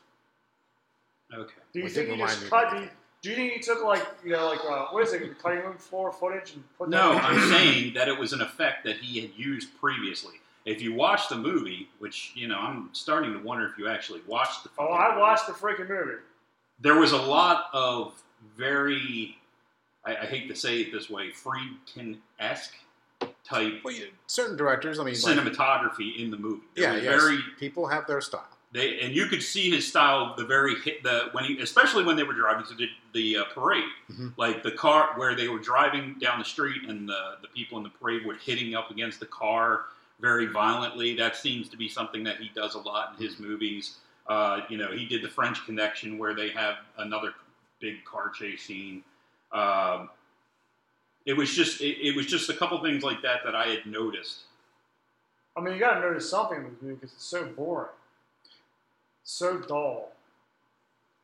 B: okay.
A: Do you
C: Well, it
A: think
C: didn't
A: he just
C: remind me
A: cut? Do you,
C: of anything.
A: do you think he took like you know like uh, what is it? the Cutting room floor footage and put
B: No,
A: that?
B: I'm saying that it was an effect that he had used previously. If you watch the movie, which you know, I'm starting to wonder if you actually watched the.
A: Oh,
B: fucking
A: I
B: movie.
A: watched the freaking movie.
B: There was a lot of very, I, I hate to say it this way, Friedkin-esque type
C: Well, you, certain directors, I mean, like,
B: cinematography in the movie. There
C: yeah,
B: was
C: yes.
B: very
C: people have their style.
B: They and you could see his style, the very hit, the when he, especially when they were driving to the, the uh, parade,
C: Mhm.
B: like the car where they were driving down the street and the the people in the parade were hitting up against the car very violently. That seems to be something that he does a lot in his
C: Mm-hmm.
B: movies. Uh, you know, he did the French Connection where they have another big car chase scene. Um, it was just it, it was just a couple things like that that I had noticed.
A: I mean, you got to notice something with the movie because it's so boring, so dull.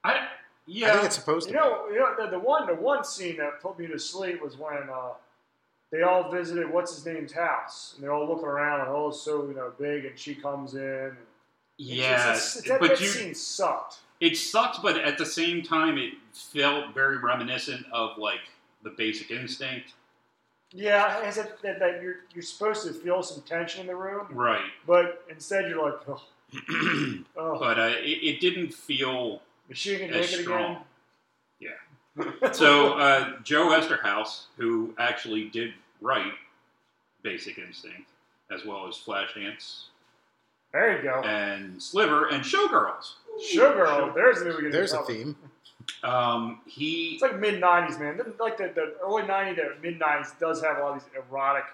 B: I
C: I
B: yeah,
C: think it's supposed to
A: You know, you know the, the one the one scene that put me to sleep was when uh, they all visited what's his name's house and they're all looking around and oh it's so you know big and she comes in. And it's just-
B: yeah,
A: it's- it's- that,
B: but
A: that
B: you
A: scene sucked.
B: it sucked, but at the same time, it felt very reminiscent of like the Basic Instinct.
A: Yeah, it's that, that, that you're you're supposed to feel some tension in the room,
B: Right.
A: but instead you're like, oh, oh
B: but uh, it, it didn't feel
A: is she gonna
B: as
A: make it again?
B: strong. Yeah. so uh, Joe Esterhaus, who actually did write Basic Instinct, as well as Flashdance
A: There you
B: uh,
A: go,
B: and Sliver and Showgirls,
A: sugar. oh, There's a movie. we
C: be.
A: can
C: There's a
A: cover.
C: theme.
B: um, he
A: It's like mid '90s, man. The- Like the, the early '90s, to mid '90s does have a lot of these erotic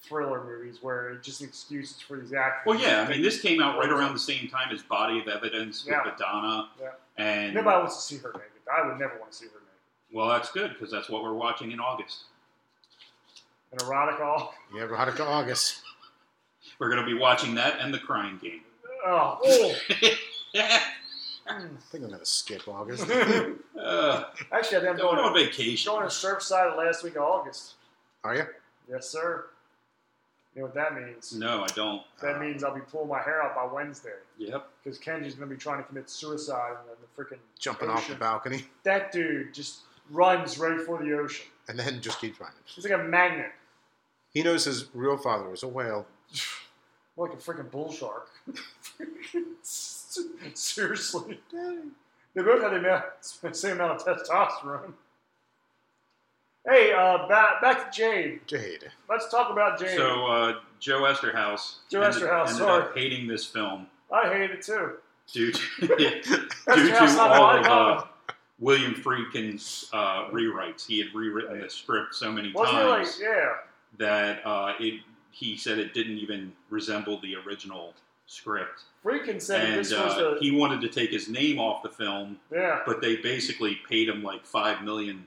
A: thriller movies where it's just excuses for these actors.
B: Well, yeah, I mean, this came out right around the same time as Body of Evidence with
A: Yeah.
B: Madonna,
A: Yeah.
B: and
A: nobody wants to see her naked. I would never want to see her naked.
B: well, that's good because that's what we're watching in August.
A: An erotic all.
C: You ever had it to August?
B: We're going to be watching that and the Crying Game.
A: Oh, oh.
C: I think I'm going to skip August.
B: uh,
A: actually, I'm
B: going on
A: going
B: vacation.
A: going to Surfside last week of August.
C: Are you?
A: Yes, sir. You know what that means?
B: No, I don't.
A: That means I'll be pulling my hair out by Wednesday
B: Yep.
A: because Kenji's going to be trying to commit suicide in the freaking
C: Jumping off the
A: ocean.
C: balcony
A: That dude just runs right for the ocean.
C: and then just keeps running.
A: He's like a magnet.
C: He knows his real father was a whale.
A: More like a freaking bull shark. Seriously. They both had the amount- same amount of testosterone. Hey, uh, back, back to Jade.
C: Jade.
A: Let's talk about Jade.
B: So uh, Joe Esterhaus
A: Joe
B: ended,
A: Esterhaus,
B: ended
A: sorry.
B: up hating this film
A: I hate it too.
B: due to, due
A: Esterhaus,
B: to
A: not
B: all
A: my
B: of
A: problem.
B: uh, William Friedkin's uh, rewrites. He had rewritten the script so many
A: Wasn't it like,
B: times
A: yeah.
B: that uh, it he said it didn't even resemble the original script.
A: Freakin said
B: And
A: this was
B: uh,
A: the,
B: he wanted to take his name off the film,
A: yeah.
B: but they basically paid him like five million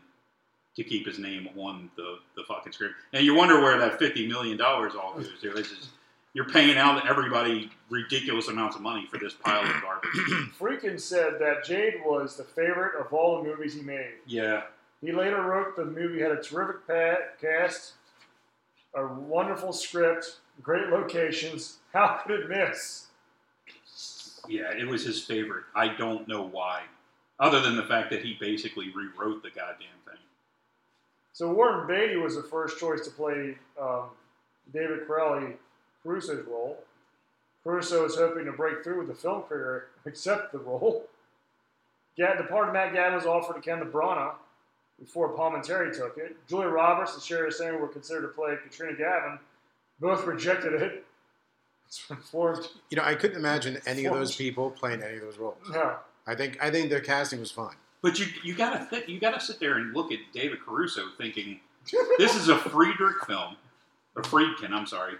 B: to keep his name on the, the fucking script. And you wonder where that fifty million dollars all goes to. It's just you're paying out everybody ridiculous amounts of money for this pile of garbage.
A: Freakin said that Jade was the favorite of all the movies he made.
B: yeah,
A: He later wrote the movie had a terrific pa- cast, a wonderful script, great locations. How could it miss?
B: yeah, it was his favorite. I don't know why, other than the fact that he basically rewrote the goddamn thing.
A: So Warren Beatty was the first choice to play um, David Crowley Caruso's role. Caruso was hoping to break through with the film career, accept the role. Gad, the part of Matt Gavin was offered to Ken Brana before Palm and Terry took it. Julia Roberts and Sherry Singer were considered to play Katrina Gavin. Both rejected it. It's informed.
C: You know, I couldn't imagine any of those people playing any of those roles.
A: No.
C: I think I think their casting was fine.
B: But you you gotta th- you gotta sit there and look at David Caruso, thinking this is a Friedrich film, a Friedkin, I'm sorry,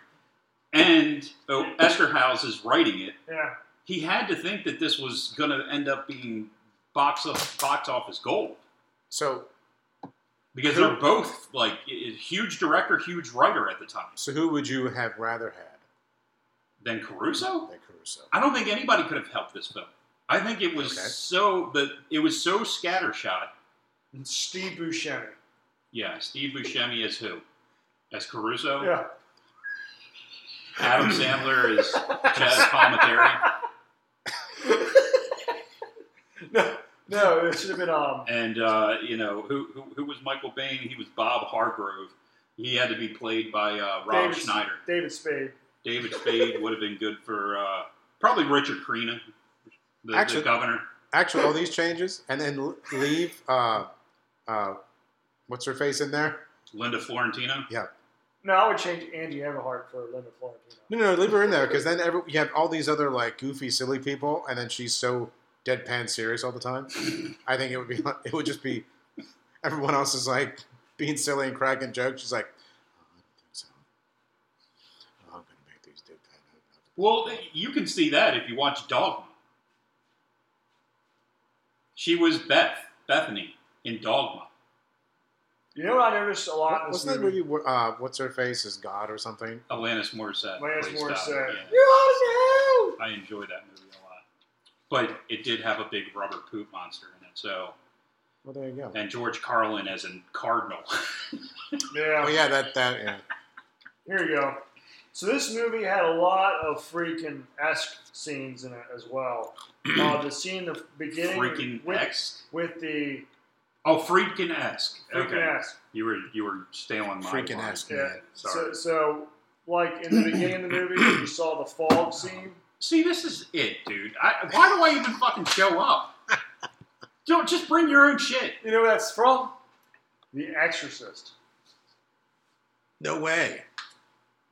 B: and oh, Esterhaus is writing it.
A: Yeah.
B: He had to think that this was gonna end up being box of, box office gold
C: So,
B: because they're both like i- i- huge director, huge writer at the time.
C: so who would you have rather had
B: Then Caruso,
C: than Caruso?
B: I don't think anybody could have helped this film. I think it was
C: Okay.
B: so that it was so scattershot.
A: And Steve Buscemi.
B: Yeah, Steve Buscemi is who? As Caruso.
A: Yeah.
B: Adam Sandler is Chaz Palminteri,
A: No. No, it should have been um.
B: and uh, you know who, who who was Michael Bain? He was Bob Hargrove. He had to be played by uh, Rob
A: David-
B: Schneider.
A: David Spade.
B: David Spade would have been good for uh, probably Richard Crena, the,
C: Actually-
B: the governor.
C: Actually, all these changes, and then l- leave. Uh, uh, what's her face in there?
B: Linda Florentino.
A: No, I would change Angie Everhart for Linda Florentino.
C: No, no, no, leave her in there because then every, you have all these other like goofy, silly people, and then she's so deadpan serious all the time. I think it would be it would just be everyone else is like being silly and cracking jokes. She's like, oh, I don't think so. Oh, I'm gonna make these deadpan.
B: Well, you can see that if you watch Dogma. She was Beth Bethany in Dogma.
A: You know what I noticed a lot in this
C: Wasn't that
A: movie?
C: movie? wh- Uh, what's her face is God or something?
B: Alanis Morissette.
A: Lance
B: plays
A: Morissette.
B: Dogma, yeah.
A: You're out of
B: I enjoy that movie a lot. But it did have a big rubber poop monster in it. So,
C: Well, there you go.
B: and George Carlin as a cardinal.
A: Yeah.
C: Oh yeah, that that. Yeah.
A: Here you go. So this movie had a lot of freaking esque scenes in it as well. uh, the scene, the beginning
B: Freaking
A: with,
B: esque.
A: with the
B: Oh, Friedkin esque.
A: freaking
B: Okay,
A: esque.
B: you were you were stealing Oh my
C: Freaking
B: line.
C: esque.
A: Yeah.
C: Man.
A: So,
B: Sorry.
A: so like in the beginning of the movie, when you saw the fog scene.
B: See, this is it, dude. I, why do I even fucking show up? Don't just bring your own shit.
A: You know where that's from? The Exorcist.
C: No way.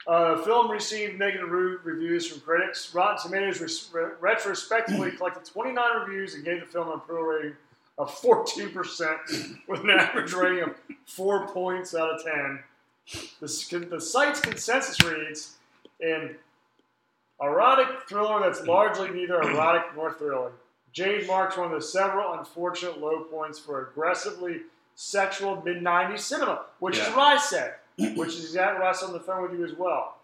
A: Uh, the film received negative re- reviews from critics. Rotten Tomatoes res- re- retrospectively collected 29 reviews and gave the film an approval rating of 14%, with an average rating of 4 points out of 10. The, s- con- the site's consensus reads an erotic thriller that's largely neither erotic nor thrilling. Jade marks one of the several unfortunate low points for aggressively sexual mid 90s cinema, which is
B: Yeah.
A: what I said which is exactly what I said on the phone with you as well.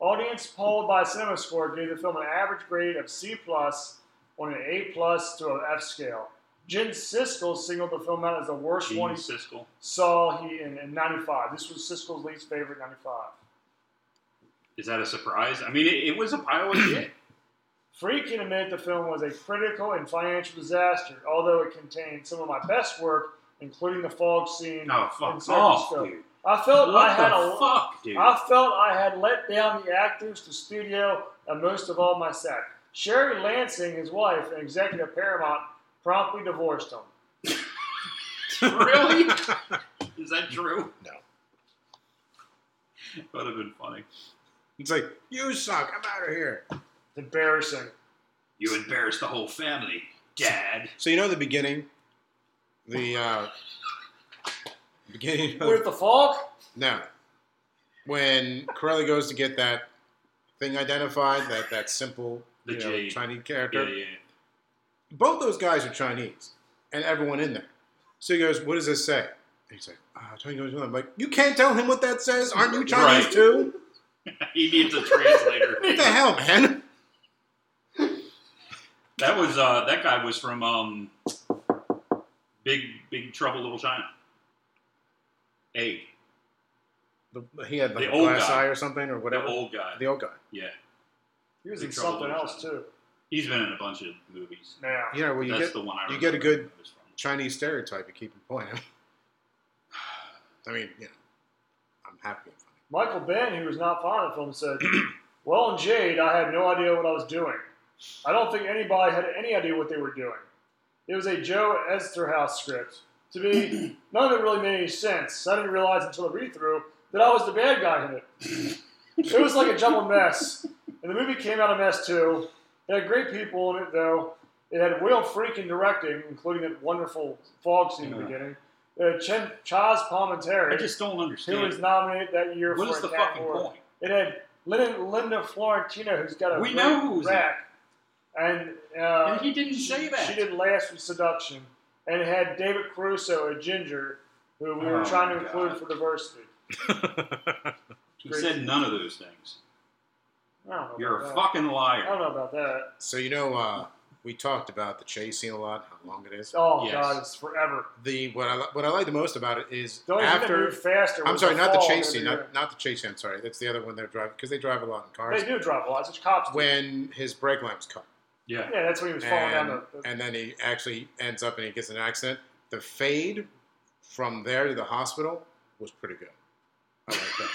A: Audience polled by CinemaScore gave the film an average grade of C plus on an A plus to an F scale. Jen Siskel singled the film out as the worst
B: Gene
A: one he
B: Siskel.
A: saw he in, in '95. This was Siskel's least favorite '95.
B: Is that a surprise? I mean, it, it was a pile of shit.
A: Freakin admitted the film was a critical and financial disaster, although it contained some of my best work, including the fog scene.
B: No,
A: and
B: Oh, fuck
A: circus
B: off,
A: film.
B: dude.
A: I felt
B: what
A: I had
B: the
A: a
B: fuck, dude?
A: I felt I had let down the actors, the studio, and most of all my staff. Sherry Lansing, his wife, and executive of Paramount, promptly divorced him.
B: really? Is that true?
C: No.
B: Would have been funny.
C: It's like you suck. I'm out of here.
A: Embarrassing.
B: You embarrassed the whole family, Dad.
C: So you know the beginning, the uh, beginning. Of,
A: With the fog?
C: no, when Corelli goes to get that thing identified, that that simple
B: The
C: you know,
B: Jade.
C: Chinese
B: Yeah,
C: character.
B: yeah.
C: Both those guys are Chinese, and everyone in there. So he goes, "What does this say?" He's like, ah, Chinese goes on. I'm like, you can't tell him what that says. Aren't you Chinese
B: Right.
C: too?
B: he needs a translator.
C: What the hell, man?
B: That was uh, that guy was from um, Big Big Trouble Little China. Egg,
C: The, he had like
B: The
C: a
B: old
C: glass
B: guy.
C: eye or something or
B: the
C: whatever.
B: old guy.
C: The old guy.
B: yeah,
A: He was
B: Big
A: in
B: Trouble
A: something
B: Little
A: else
B: China.
A: too.
B: he's been in a bunch of movies.
A: Now,
C: You know, where you
B: That's
C: get
B: the one I
C: you
B: remember.
C: get a good-
B: it was from.
C: Chinese stereotype, you keep employing him. I mean, you know, I'm happy and funny.
A: Michael Ben, who was not fond of the film, said, "Well, in Jade, I had no idea what I was doing. I don't think anybody had any idea what they were doing. It was a Joe Esterhaus script. To me, none of it really made any sense. I didn't realize until the read-through that I was the bad guy in it. It was like a jumbled mess, and the movie came out a mess too. It had great people in it, though. It had Will Freakin directing, including that wonderful fog scene in the
B: Yeah.
A: beginning. It had Chen, Chaz Palminteri
B: I just don't
A: who
B: understand.
A: was nominated that year
B: what
A: for
B: is
A: a
B: the
A: Cat
B: fucking
A: Award.
B: point?
A: It had Linda, Linda Florentino, who's got a
B: We
A: great
B: know who's in it.
A: rack, and, uh,
B: And he didn't say that.
A: She did Last with Seduction, and it had David Caruso, a ginger, who we were
B: Oh,
A: trying to
B: my
A: include
B: God.
A: for diversity.
B: He said none of those things.
A: I don't know
B: You're a
A: about
B: fucking
A: that. I
B: liar.
A: don't know about that.
C: So you know, uh, we talked about the chase scene a lot, how long it is.
A: Oh
B: Yes.
A: God, it's forever.
C: The what I li- what I like the most about it is
A: The only thing that
C: after.
A: moved faster.
C: I'm
A: was
C: sorry,
A: the
C: not the
A: fall
C: chase scene,
A: every year.
C: not, not the chase scene. I'm sorry, that's the other one they're driving because they drive a lot in cars.
A: They do drop a lot. It's cops. do.
C: When his brake lamp's cut,
B: Yeah.
A: yeah, that's when he was falling
C: and,
A: down the. the
C: and then he actually ends up and he gets in an accident. The fade from there to the hospital was pretty good. I like that.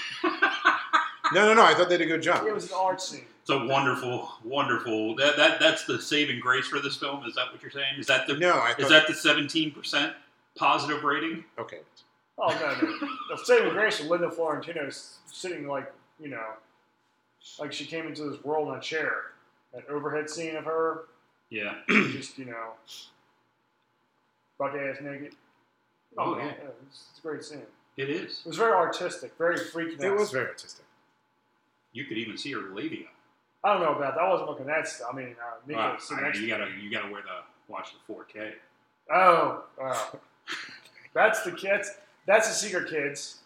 C: no, no, no. I thought they did a good job.
A: it was an art scene.
B: It's a wonderful, wonderful. That, that that's the saving grace for this film. Is that what you're saying? Is that the
C: No, I thought.
B: is that the 17 percent positive rating?
C: okay.
A: Oh no, no. the saving grace of Linda Florentino is sitting like you know, like she came into this world on a chair. That overhead scene of her,
B: Yeah.
A: just you know, buck ass naked.
B: Oh,
A: no,
B: yeah.
A: it's, it's a great scene. It
B: It is.
A: was very artistic, very freaking.
C: It was very artistic.
B: You could even see her labia.
A: I don't know about that. I wasn't looking at that. Stuff. I mean, uh, Nico
B: Uh,
A: sitting
B: I
A: next
B: mean,
A: to
B: you gotta you gotta wear the watch the 4K.
A: Oh, oh. that's the kids. That's the secret, kids.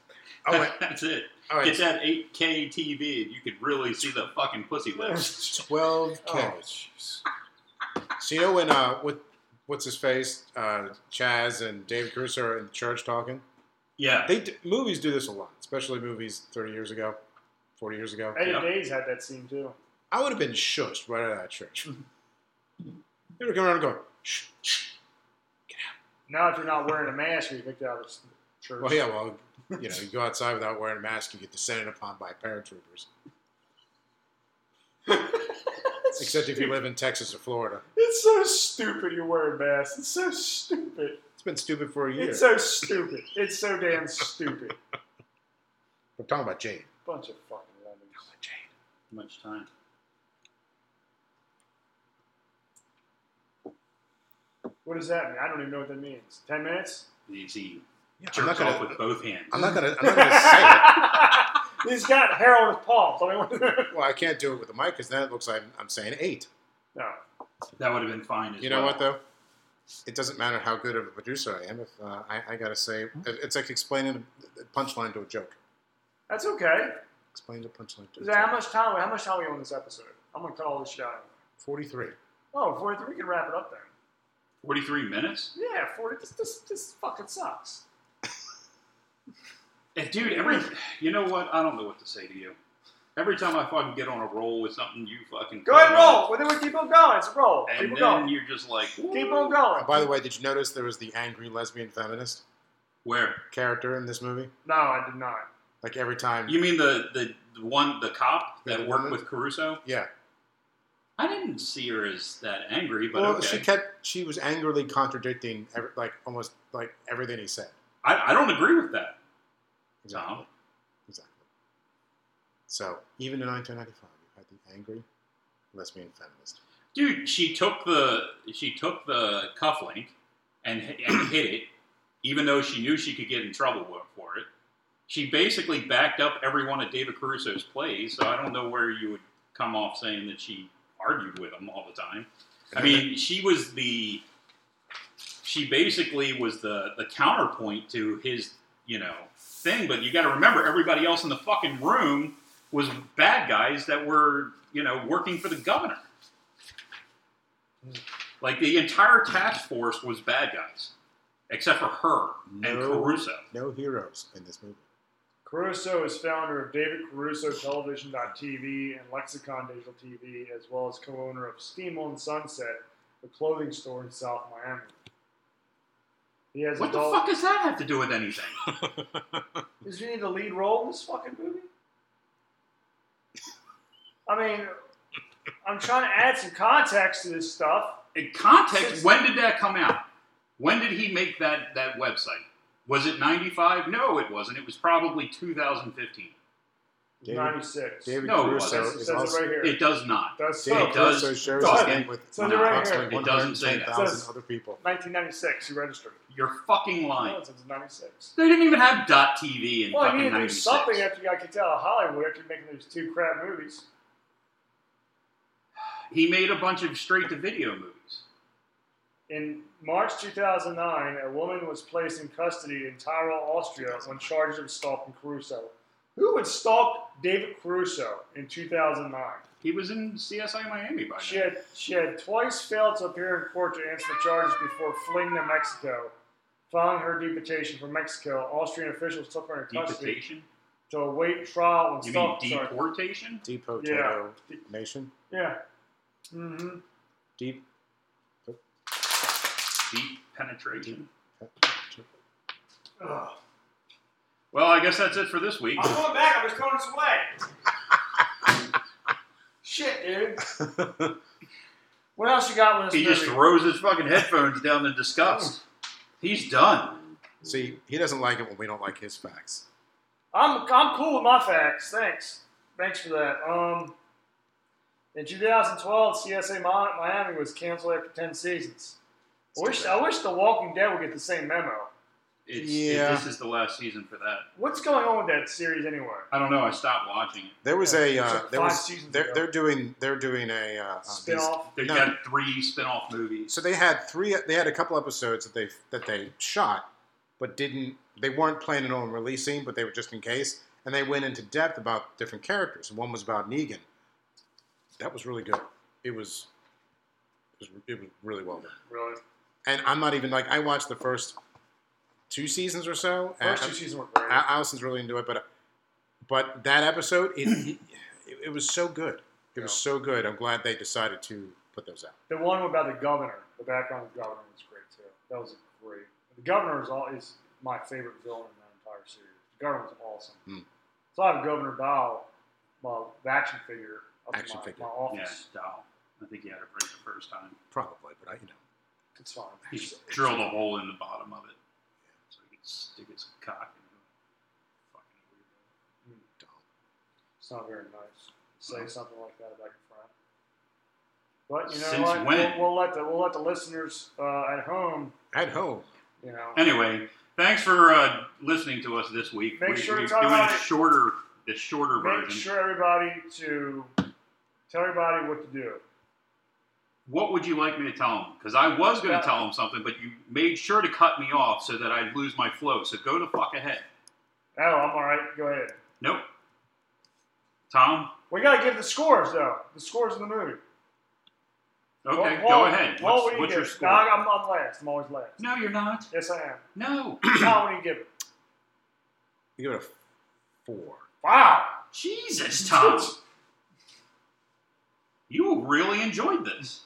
C: Oh, wait,
B: that's it.
C: all right.
B: Get that 8K TV, and you could really see the fucking pussy lips.
C: 12
A: Oh,
C: catches. so you know when uh, what, what's his face, uh, Chaz and David Caruso are in the church talking.
B: Yeah.
C: They d- movies do this a lot, especially movies 30 years ago, 40 years ago.
A: Eddie
B: Yep.
A: Days had that scene too.
C: I would have been shushed right out of that church. they were coming around and going, shh, shh.
A: Now, if you're not wearing a mask, you're kicked out of the church.
C: Well, yeah, well, you know, you go outside without wearing a mask, you get descended upon by paratroopers. Except if you live in Texas or Florida.
A: It's so stupid you're wearing masks. It's so stupid.
C: It's been stupid for a year.
A: It's so stupid. It's so damn stupid.
C: we're talking about Jade.
A: Bunch of fucking lemmings.
C: Jade.
B: Much time.
A: What does that mean? I don't even know what that means. Ten minutes?
B: He's he
C: Yeah, I'm not
B: jerks
C: gonna.
B: off with both hands.
C: I'm not gonna. I'm not gonna say it.
A: He's got hair on his palms. I mean,
C: Well, I can't do it with the mic because then it looks like I'm saying eight.
A: no.
B: That would have been fine. As
C: You know
B: well.
C: what though? It doesn't matter how good of a producer I am if uh, I, I gotta say
B: Hmm?
C: it's like explaining a punchline to a joke.
A: That's okay.
C: Explain the punchline to a
A: Zay, how
C: joke.
A: much time? How much time we on this episode? I'm gonna cut all this shit out.
C: Forty-three.
A: Oh, 43. We can wrap it up then.
B: 43 minutes?
A: Yeah, 40. This this, this fucking sucks.
B: Eh, Dude, every. You know what? I don't know what to say to you. Every time I fucking get on a roll with something, you fucking.
A: Go ahead
B: cut
A: and
B: it off,
A: roll. Well, then we keep on going. It's a roll.
B: And
A: Keep on
B: then
A: going.
B: you're just like,
A: Keep on going.
C: Uh, by the way, did you notice there was the angry lesbian feminist
B: where?
C: character in this movie?
A: No, I did not.
C: Like every time.
B: You mean the, the, the one, the cop
C: The
B: that worked
C: woman?
B: with Caruso?
C: yeah.
B: I didn't see her as that angry, but
C: well,
B: okay.
C: she kept. She was angrily contradicting, every, like almost like everything he said.
B: I, I don't agree with that, Tom.
C: Exactly. So even in 1995, you had the angry lesbian feminist.
B: Dude, she took the she took the cufflink and hi- and hit it, even though she knew she could get in trouble wo- for it. She basically backed up every one of David Caruso's plays, so I don't know where you would come off saying that she argued with him all the time. I mean, she was the she basically was the the counterpoint to his you know thing. But you got to remember, everybody else in the fucking room was bad guys that were you know working for the governor. Like the entire task force was bad guys, except for her and
C: No.
B: Caruso.
C: No heroes in this movie.
A: Caruso is founder of David Caruso Television.tv and Lexicon Digital TV, as well as co owner of Steam on Sunset, the clothing store in South Miami. He has
B: What the
A: adult.
B: fuck does that have to do with anything?
A: Does he need the lead role in this fucking movie? I mean, I'm trying to add some context to this stuff.
B: In context, when did that come out? When did he make that, that website? Was it 95? No, it wasn't. It was probably 2015.
C: David-
A: 96.
C: David
B: No, it
C: Caruso
A: says, it
C: is
A: says
C: also.
A: it right here.
B: It does not.
A: That's so.
C: David
B: does.
C: Caruso Oh, shares
A: Go
C: his
A: ahead.
C: name with
A: So they're right
C: approximately
B: here. It doesn't say that.
C: 110,000
A: Says-
C: other people.
A: 1996, he registered.
B: You're fucking lying.
A: No, it says 96.
B: They didn't even have .tv in
A: Well, you
B: fucking
A: need to do
B: 96.
A: something after you got kicked out of Hollywood after making those two crap movies.
B: He made a bunch of straight-to-video movies.
A: In March 2009, a woman was placed in custody in Tyrol, Austria, on charges of stalking Caruso. Who would stalk David Caruso in 2009?
B: He was in CSI Miami by
A: She
B: then.
A: had she had twice failed to appear in court to answer the charges before fleeing to Mexico. Following her deportation from Mexico, Austrian officials took her into custody
B: Deportation?
A: to await trial and
B: You mean
A: stalking charges.
B: deportation?
C: Depot
A: Yeah.
C: Nation.
A: Yeah. Mm-hmm.
C: Deep.
B: Deep penetration.
A: Ugh.
B: Well, I guess that's it for this week.
A: I'm going back. I'm just going this way. Shit, dude. What else you got with this
B: He just
A: movie?
B: throws his fucking headphones down in disgust. He's done.
C: See, he doesn't like it when we don't like his facts.
A: I'm I'm cool with my facts. Thanks. Thanks for that. Um, in 2012, CSA Mi- Miami was canceled after 10 seasons. I wish, I wish The Walking Dead would get the same memo.
B: It's,
C: Yeah.
B: it, this is the last season for that.
A: What's going on with that series anyway?
B: I don't know. I stopped watching it.
C: There was
A: Yeah,
C: a.
A: it was
C: Uh,
A: like
C: there
A: five
C: was.
A: seasons
C: They're,
A: ago.
C: they're doing. They're doing a. Uh, uh, these-
A: Spinoff.
B: They
C: No.
B: got three spin-off movies.
C: So they had three. They had a couple episodes that they that they shot, but didn't. They weren't planning on releasing, but they were just in case. And they went into depth about different characters. One was about Negan. That was really good. It was. It was, it was really well done.
A: Really?
C: And I'm not even like I watched the first two seasons or so. and
A: First two
C: I'm-
A: seasons were great.
C: Al- Allison's really into it, but but that episode, it it, it was so good. It was so good. I'm glad they decided to put those out.
A: The one about the governor, the background of the governor was great too. That was great. The governor is all is my favorite villain in that entire series. The governor was awesome.
C: Hmm.
A: So I have Governor Dow, my action figure up
C: Action
A: in my,
C: figure.
A: my
B: Yeah,
A: office.
B: Dow. I think he had it right the first time.
C: Probably, but I, you know,
A: It's fine.
B: He just drilled a hole in the bottom of it so he could stick his cock in it. Fucking
A: It's not very nice. to
B: Uh-huh.
A: Say something like that about your friend. But you know
B: Since
A: what?
B: when?
A: We'll, we'll let the we'll let the listeners uh, at home,
C: at home.
A: you know.
B: weirdo. Anyway, thanks for uh, listening to us this week.
A: Make
B: we,
A: sure
B: we're
A: to talk
B: doing
A: about
B: a
A: it.
B: shorter, the shorter
A: Make
B: version.
A: sure everybody to tell everybody what to do.
B: What would you like me to tell him? Because I was going
A: Yeah.
B: to tell him something, but you made sure to cut me off so that I'd lose my flow. So go the fuck ahead.
A: Oh, I'm all right. Go ahead.
B: Nope. Tom.
A: We gotta give the scores though. The scores in the movie.
B: Okay,
A: Well,
B: go
A: well,
B: ahead.
A: well,
B: What's,
A: what do you
B: what's your
A: give it?
B: score?
A: No, I'm, I'm last. I'm always last.
B: No, you're not.
A: Yes, I am.
B: No.
A: Tom, what do you give it?
C: You give it a four.
A: Wow.
B: Jesus, Tom. You really enjoyed this.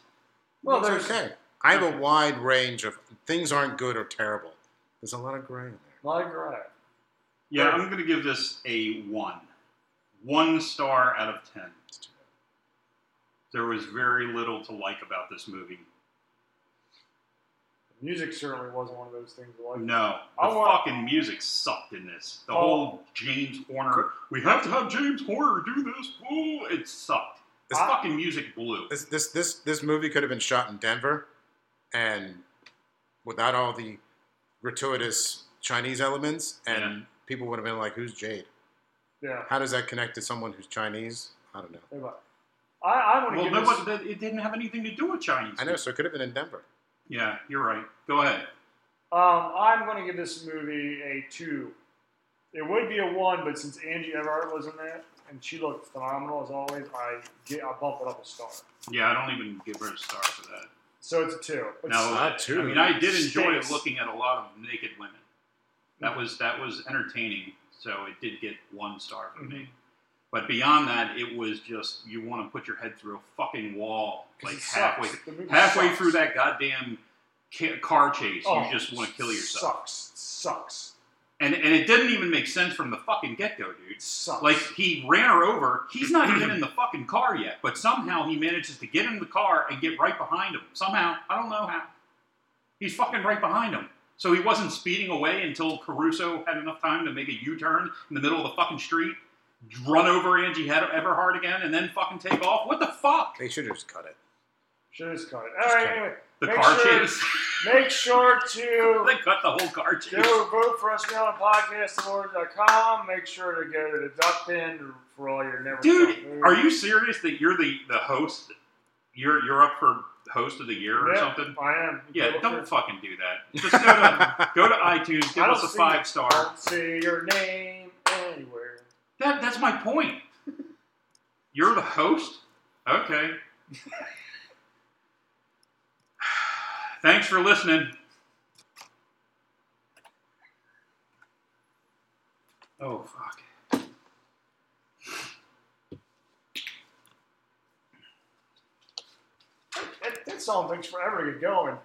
A: Well,
C: It's
A: there's
C: okay. I have a wide range of things aren't good or terrible. There's a lot of gray in there.
A: a lot of gray.
B: Yeah, I'm going to give this a one. One star out of ten.
C: It's too bad.
B: There was very little to like about this movie.
A: Music certainly wasn't one of those things. Like
B: No, the
A: I want-
B: fucking music sucked in this. The
A: Oh.
B: whole James Horner, we have to have James Horner do this. Ooh, it sucked. The
C: I-
B: fucking music blew.
C: This this this this movie could have been shot in Denver, and without all the gratuitous Chinese elements, and
B: Yeah.
C: people would have been like, "Who's Jade?
A: Yeah.
C: How does that connect to someone who's Chinese? I don't know.
A: Anyway, I, I want to
B: Well,
A: give this.
B: nobody, it didn't have anything to do with Chinese.
C: I know, so it could have been in Denver.
B: Yeah, you're right. Go ahead.
A: Um, I'm going to give this movie a two It would be a one, but since Angie Everett was in there and she looked phenomenal as always, I get I bump it up a star.
B: Yeah, I don't even give her a star for that.
A: So it's a two. It's-
B: No,
C: not
B: I-
C: two.
B: I mean, I did enjoy
A: Stinks.
B: looking at a lot of naked women. That was that was entertaining. So it did get one star from
A: Mm-hmm.
B: me. But beyond that, it was just you want to put your head through a fucking wall,
A: 'cause
B: like
A: it
B: halfway
A: sucks. The movie
B: halfway
A: sucks.
B: through that goddamn ca- car chase.
A: Oh,
B: you just want to kill yourself.
A: Sucks. Sucks.
B: And and it didn't even make sense from the fucking get go, dude.
A: Sucks.
B: Like he ran her over. He's not even in the fucking car yet, but somehow he manages to get in the car and get right behind him. Somehow, I don't know how. He's fucking right behind him. So he wasn't speeding away until Caruso had enough time to make a U-turn in the middle of the fucking street, run over Angie Hed- Everhart again, and then fucking take off. What the fuck?
C: They should have just cut it.
A: Should just cut it. All right.
C: cut it.
A: Anyway,
B: The
A: Make
B: car
A: sure-
B: chase.
A: make sure to.
B: they cut the whole car chase.
A: Go vote for us now on podcastamore.com. Make sure to go to the duck pin for all your never.
B: Dude, are you serious that you're the, the host? You're you're up for host of the year or
A: Yeah,
B: something?
A: I am.
B: Yeah,
A: Go
B: don't
A: for-
B: fucking do that. Just go to, go to iTunes, give
A: I
B: us
A: don't
B: a
A: see
B: five
A: it.
B: star.
A: I don't see your name anywhere.
B: That that's my point. You're the host? Okay. Thanks for listening. Oh fuck.
A: That, that song takes forever to get going.